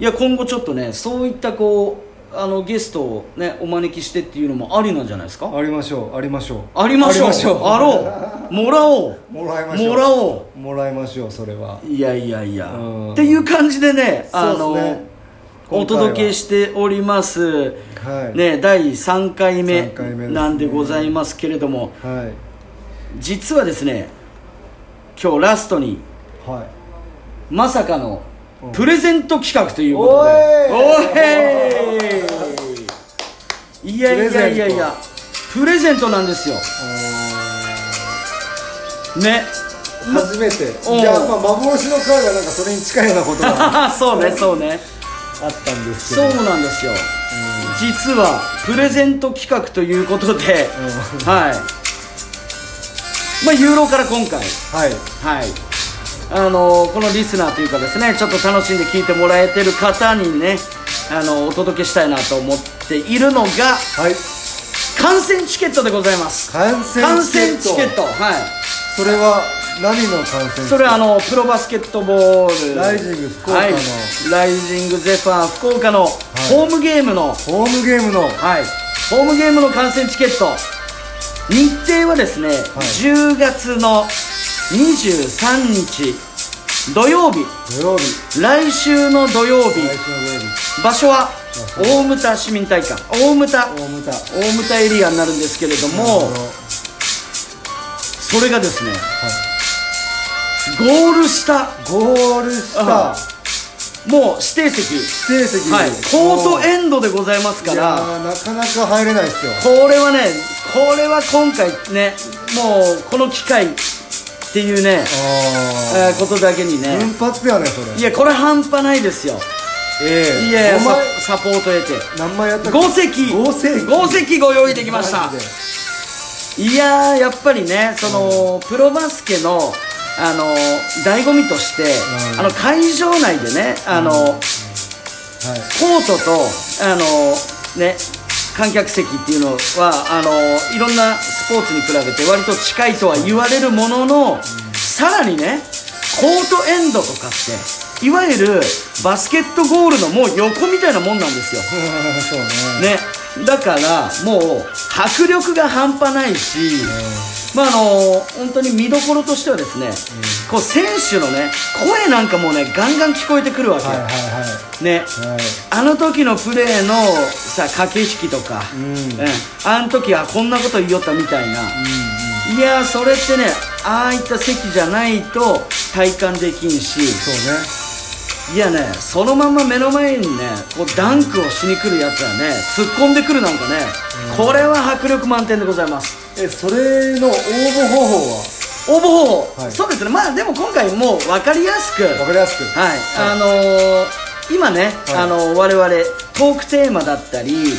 A: いや今後ちょっとねそういったこうあのゲストをねお招きしてっていうのもありなんじゃないですか
B: ありましょうありましょう
A: ありましょうあ
B: ろ
A: ろうもらおう
B: うもらいましょう
A: もらお
B: うもらいましょうそれは
A: ういやいやいや、
B: うん
A: っていう感じでねあ
B: そ
A: の
B: うですね
A: お届けしております、
B: はい、
A: ね、第3回目
B: 三回目ですね
A: なんでございますけれども、
B: はい
A: 実はですね今日ラストに
B: はい
A: まさかの
B: うん
A: プレゼント企画ということで
B: おい
A: おいいやいやいやいやプレゼントなんですよね
B: うん初めて
A: おう
B: いやまあ幻の回がなんかそれに近いようなことがあっ
A: そうねそうね
B: たんですけ
A: そう
B: ど
A: なんですよ
B: う
A: 実はプレゼント企画ということで、
B: ん
A: はいまあユーロから今回
B: はい
A: はいあのこのリスナーというかですねちょっと楽しんで聞いてもらえてる方にね、あのお届けしたいなと思っているのが
B: はい
A: 観戦チケットでございます
B: 観戦
A: 観戦チケットは
B: それは何の観戦
A: いそれはあのプロバスケットボール
B: ライジング福岡の
A: はい、ライジングゼファー福岡のホームゲームの、はい
B: ホームゲームの
A: ホームゲームの観戦チケット日程はですね、10月の23日土曜日
B: 土曜日
A: 来週の土曜日
B: 来週の土曜日
A: 場所は
B: 場
A: 大牟田市民会館大牟田
B: 大牟田
A: 大牟田エリアになるんですけれども
B: あの
A: それがですね
B: は
A: ゴール下
B: いゴール
A: あ
B: 下
A: もう指定席
B: 指定席
A: はいコート
B: ン
A: エンドでございますか
B: い
A: ら
B: やーなかなか入れないですよ
A: これはねこれは今回ねもうこの機会っていうねえ
B: あ
A: ーことだけに
B: あ
A: ね
B: 奮発だよねそれ
A: いやこれ半端ないですよ
B: え
A: いや
B: 五
A: さ
B: 枚
A: サポート得て
B: 何枚やったっけ
A: 5席
B: 五席
A: 5席ご用意できました
B: マジで
A: いやーやっぱりねその、プロバスケのあの醍醐味として、
B: うん
A: あの会場内でねあの、コー
B: はい
A: トとあのね観客席っていうのはあのいろんなスポーツに比べて割と近いとは言われるものの、さらにねコートエンドとかっていわゆるバスケットゴールのもう横みたいなもんなんですよ。
B: うんそうね
A: ね、だからもう迫力が半端ないし、まああの本当に見どころとしてはですね、こう選手のね声なんかもうねガンガン聞こえてくるわけよ、
B: はいはいは
A: ね、
B: いはい
A: あの時のプレーのさ駆け引きとか、
B: うんうん
A: あの時はこんなこと言いよったみたいな、いやーそれってねああいった席じゃないと体感できんし
B: そうね
A: いやねそのまんま目の前にねこうダンクをしに来るやつはね突っ込んでくるなんかね、これは迫力満点でございます
B: えそれの応募方法は
A: 応募方法、
B: はい
A: そうですねまあでも今回もう分かりやすくはい、
B: わかりやすくは
A: あのー今ね、
B: はい
A: あのー我々トークテーマだったり、
B: い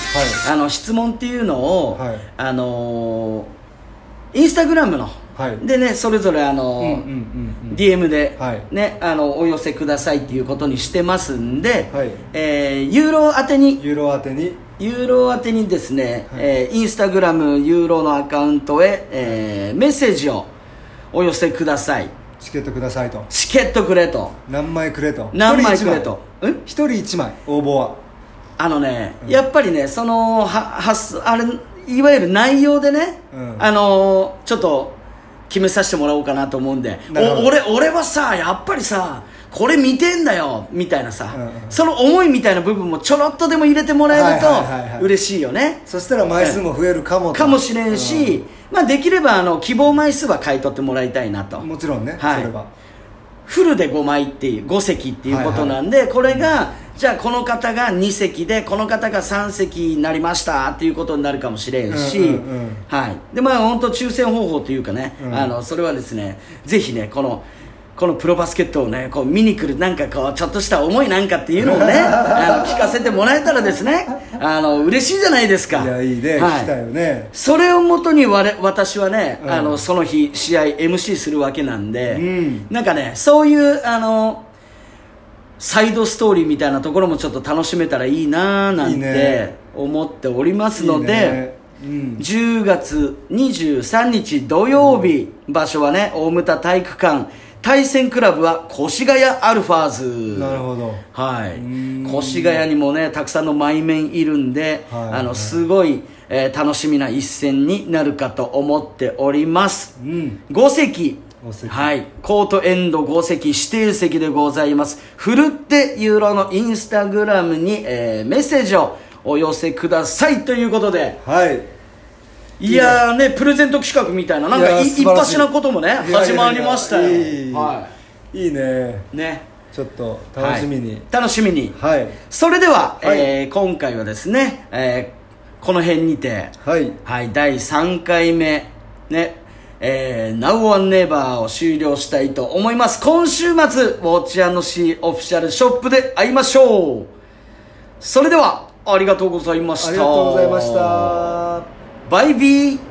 A: あの質問っていうのを、
B: はい
A: あのーインスタグラムの、
B: はい
A: でねそれぞれあのー
B: ん
A: DM で、
B: はい
A: ね、あのお寄せくださいっていうことにしてますんで、
B: はい
A: えーユーロ宛てに
B: ユーロ宛てに
A: ユーロ宛てにですね、
B: はい
A: えーインスタグラムユーロのアカウントへ、えーメッセージをお寄せください
B: チケットくださいと
A: チケットくれと
B: 何枚くれと
A: 何枚くれとん
B: 一人一枚一人一枚応募は
A: あのね、やっぱりねそのは発あれいわゆる内容でね、
B: うん
A: あのーちょっと決めさせてもらおうかなと思うんで
B: なるほど
A: お俺俺はさやっぱりさこれ見てんだよみたいなさ、
B: うんうん
A: その思いみたいな部分もちょろっとでも入れてもらえる
B: はいはいはいはい
A: と嬉しいよね、
B: そしたら枚数も増えるかもと
A: かもしれんし、まあ、できればあの希望枚数は買い取ってもらいたいなと、
B: うんもちろんね、
A: はい
B: それは
A: フルで5枚っていう5席っていうことなんで、これがじゃあこの方が2席でこの方が3席になりましたっていうことになるかもしれんし、
B: うんうんうん
A: はい、でまあ本当抽選方法というかね、
B: うん
A: あのそれはですねぜひねこのこのプロバスケットをねこう見に来るなんかこうちょっとした思いなんかっていうのをねあの聞かせてもらえたらですねあの嬉しいじゃないですか
B: いやいいね、
A: は
B: 聞きたいよね
A: それをもとに我々私はね、
B: うん
A: あのその日試合 MC するわけなんで、
B: うん
A: なんかねそういうあのサイドストーリーみたいなところもちょっと楽しめたらいいなーない
B: い
A: んて
B: ね
A: 思っておりますので
B: いいねうん、
A: 10月23日土曜日、場所はね大牟田体育館対戦クラブは越谷アルファーズ
B: なるほど
A: はい、
B: うん
A: 越谷にもねたくさんの前面いるんで、
B: はいはい
A: あのすごい、えー楽しみな一戦になるかと思っております
B: うん
A: 5席
B: 五席
A: はい、コートエンド5席指定席でございますふるってユーロのインスタグラムに、えーメッセージをお寄せくださいということで
B: はい
A: いやーねプレゼント企画みたいななん
B: い
A: か
B: やー
A: い
B: 素
A: 一
B: 晴らしい
A: 発なこともね
B: いやいやい
A: 始
B: や
A: まりましたよ
B: いい
A: はい
B: いね
A: いね
B: ちょっと楽しみに
A: はい楽しみに
B: はい
A: それでは、
B: はい
A: えー今回はですね、えーこの辺にて、
B: はい、
A: はい、第3回目、ね、えー、Now and Never を終了したいと思います。今週末、ウォッチシーオフィシャルショップで会いましょう。それでは、ありがとうございました。
B: ありがとうございました
A: バイビー。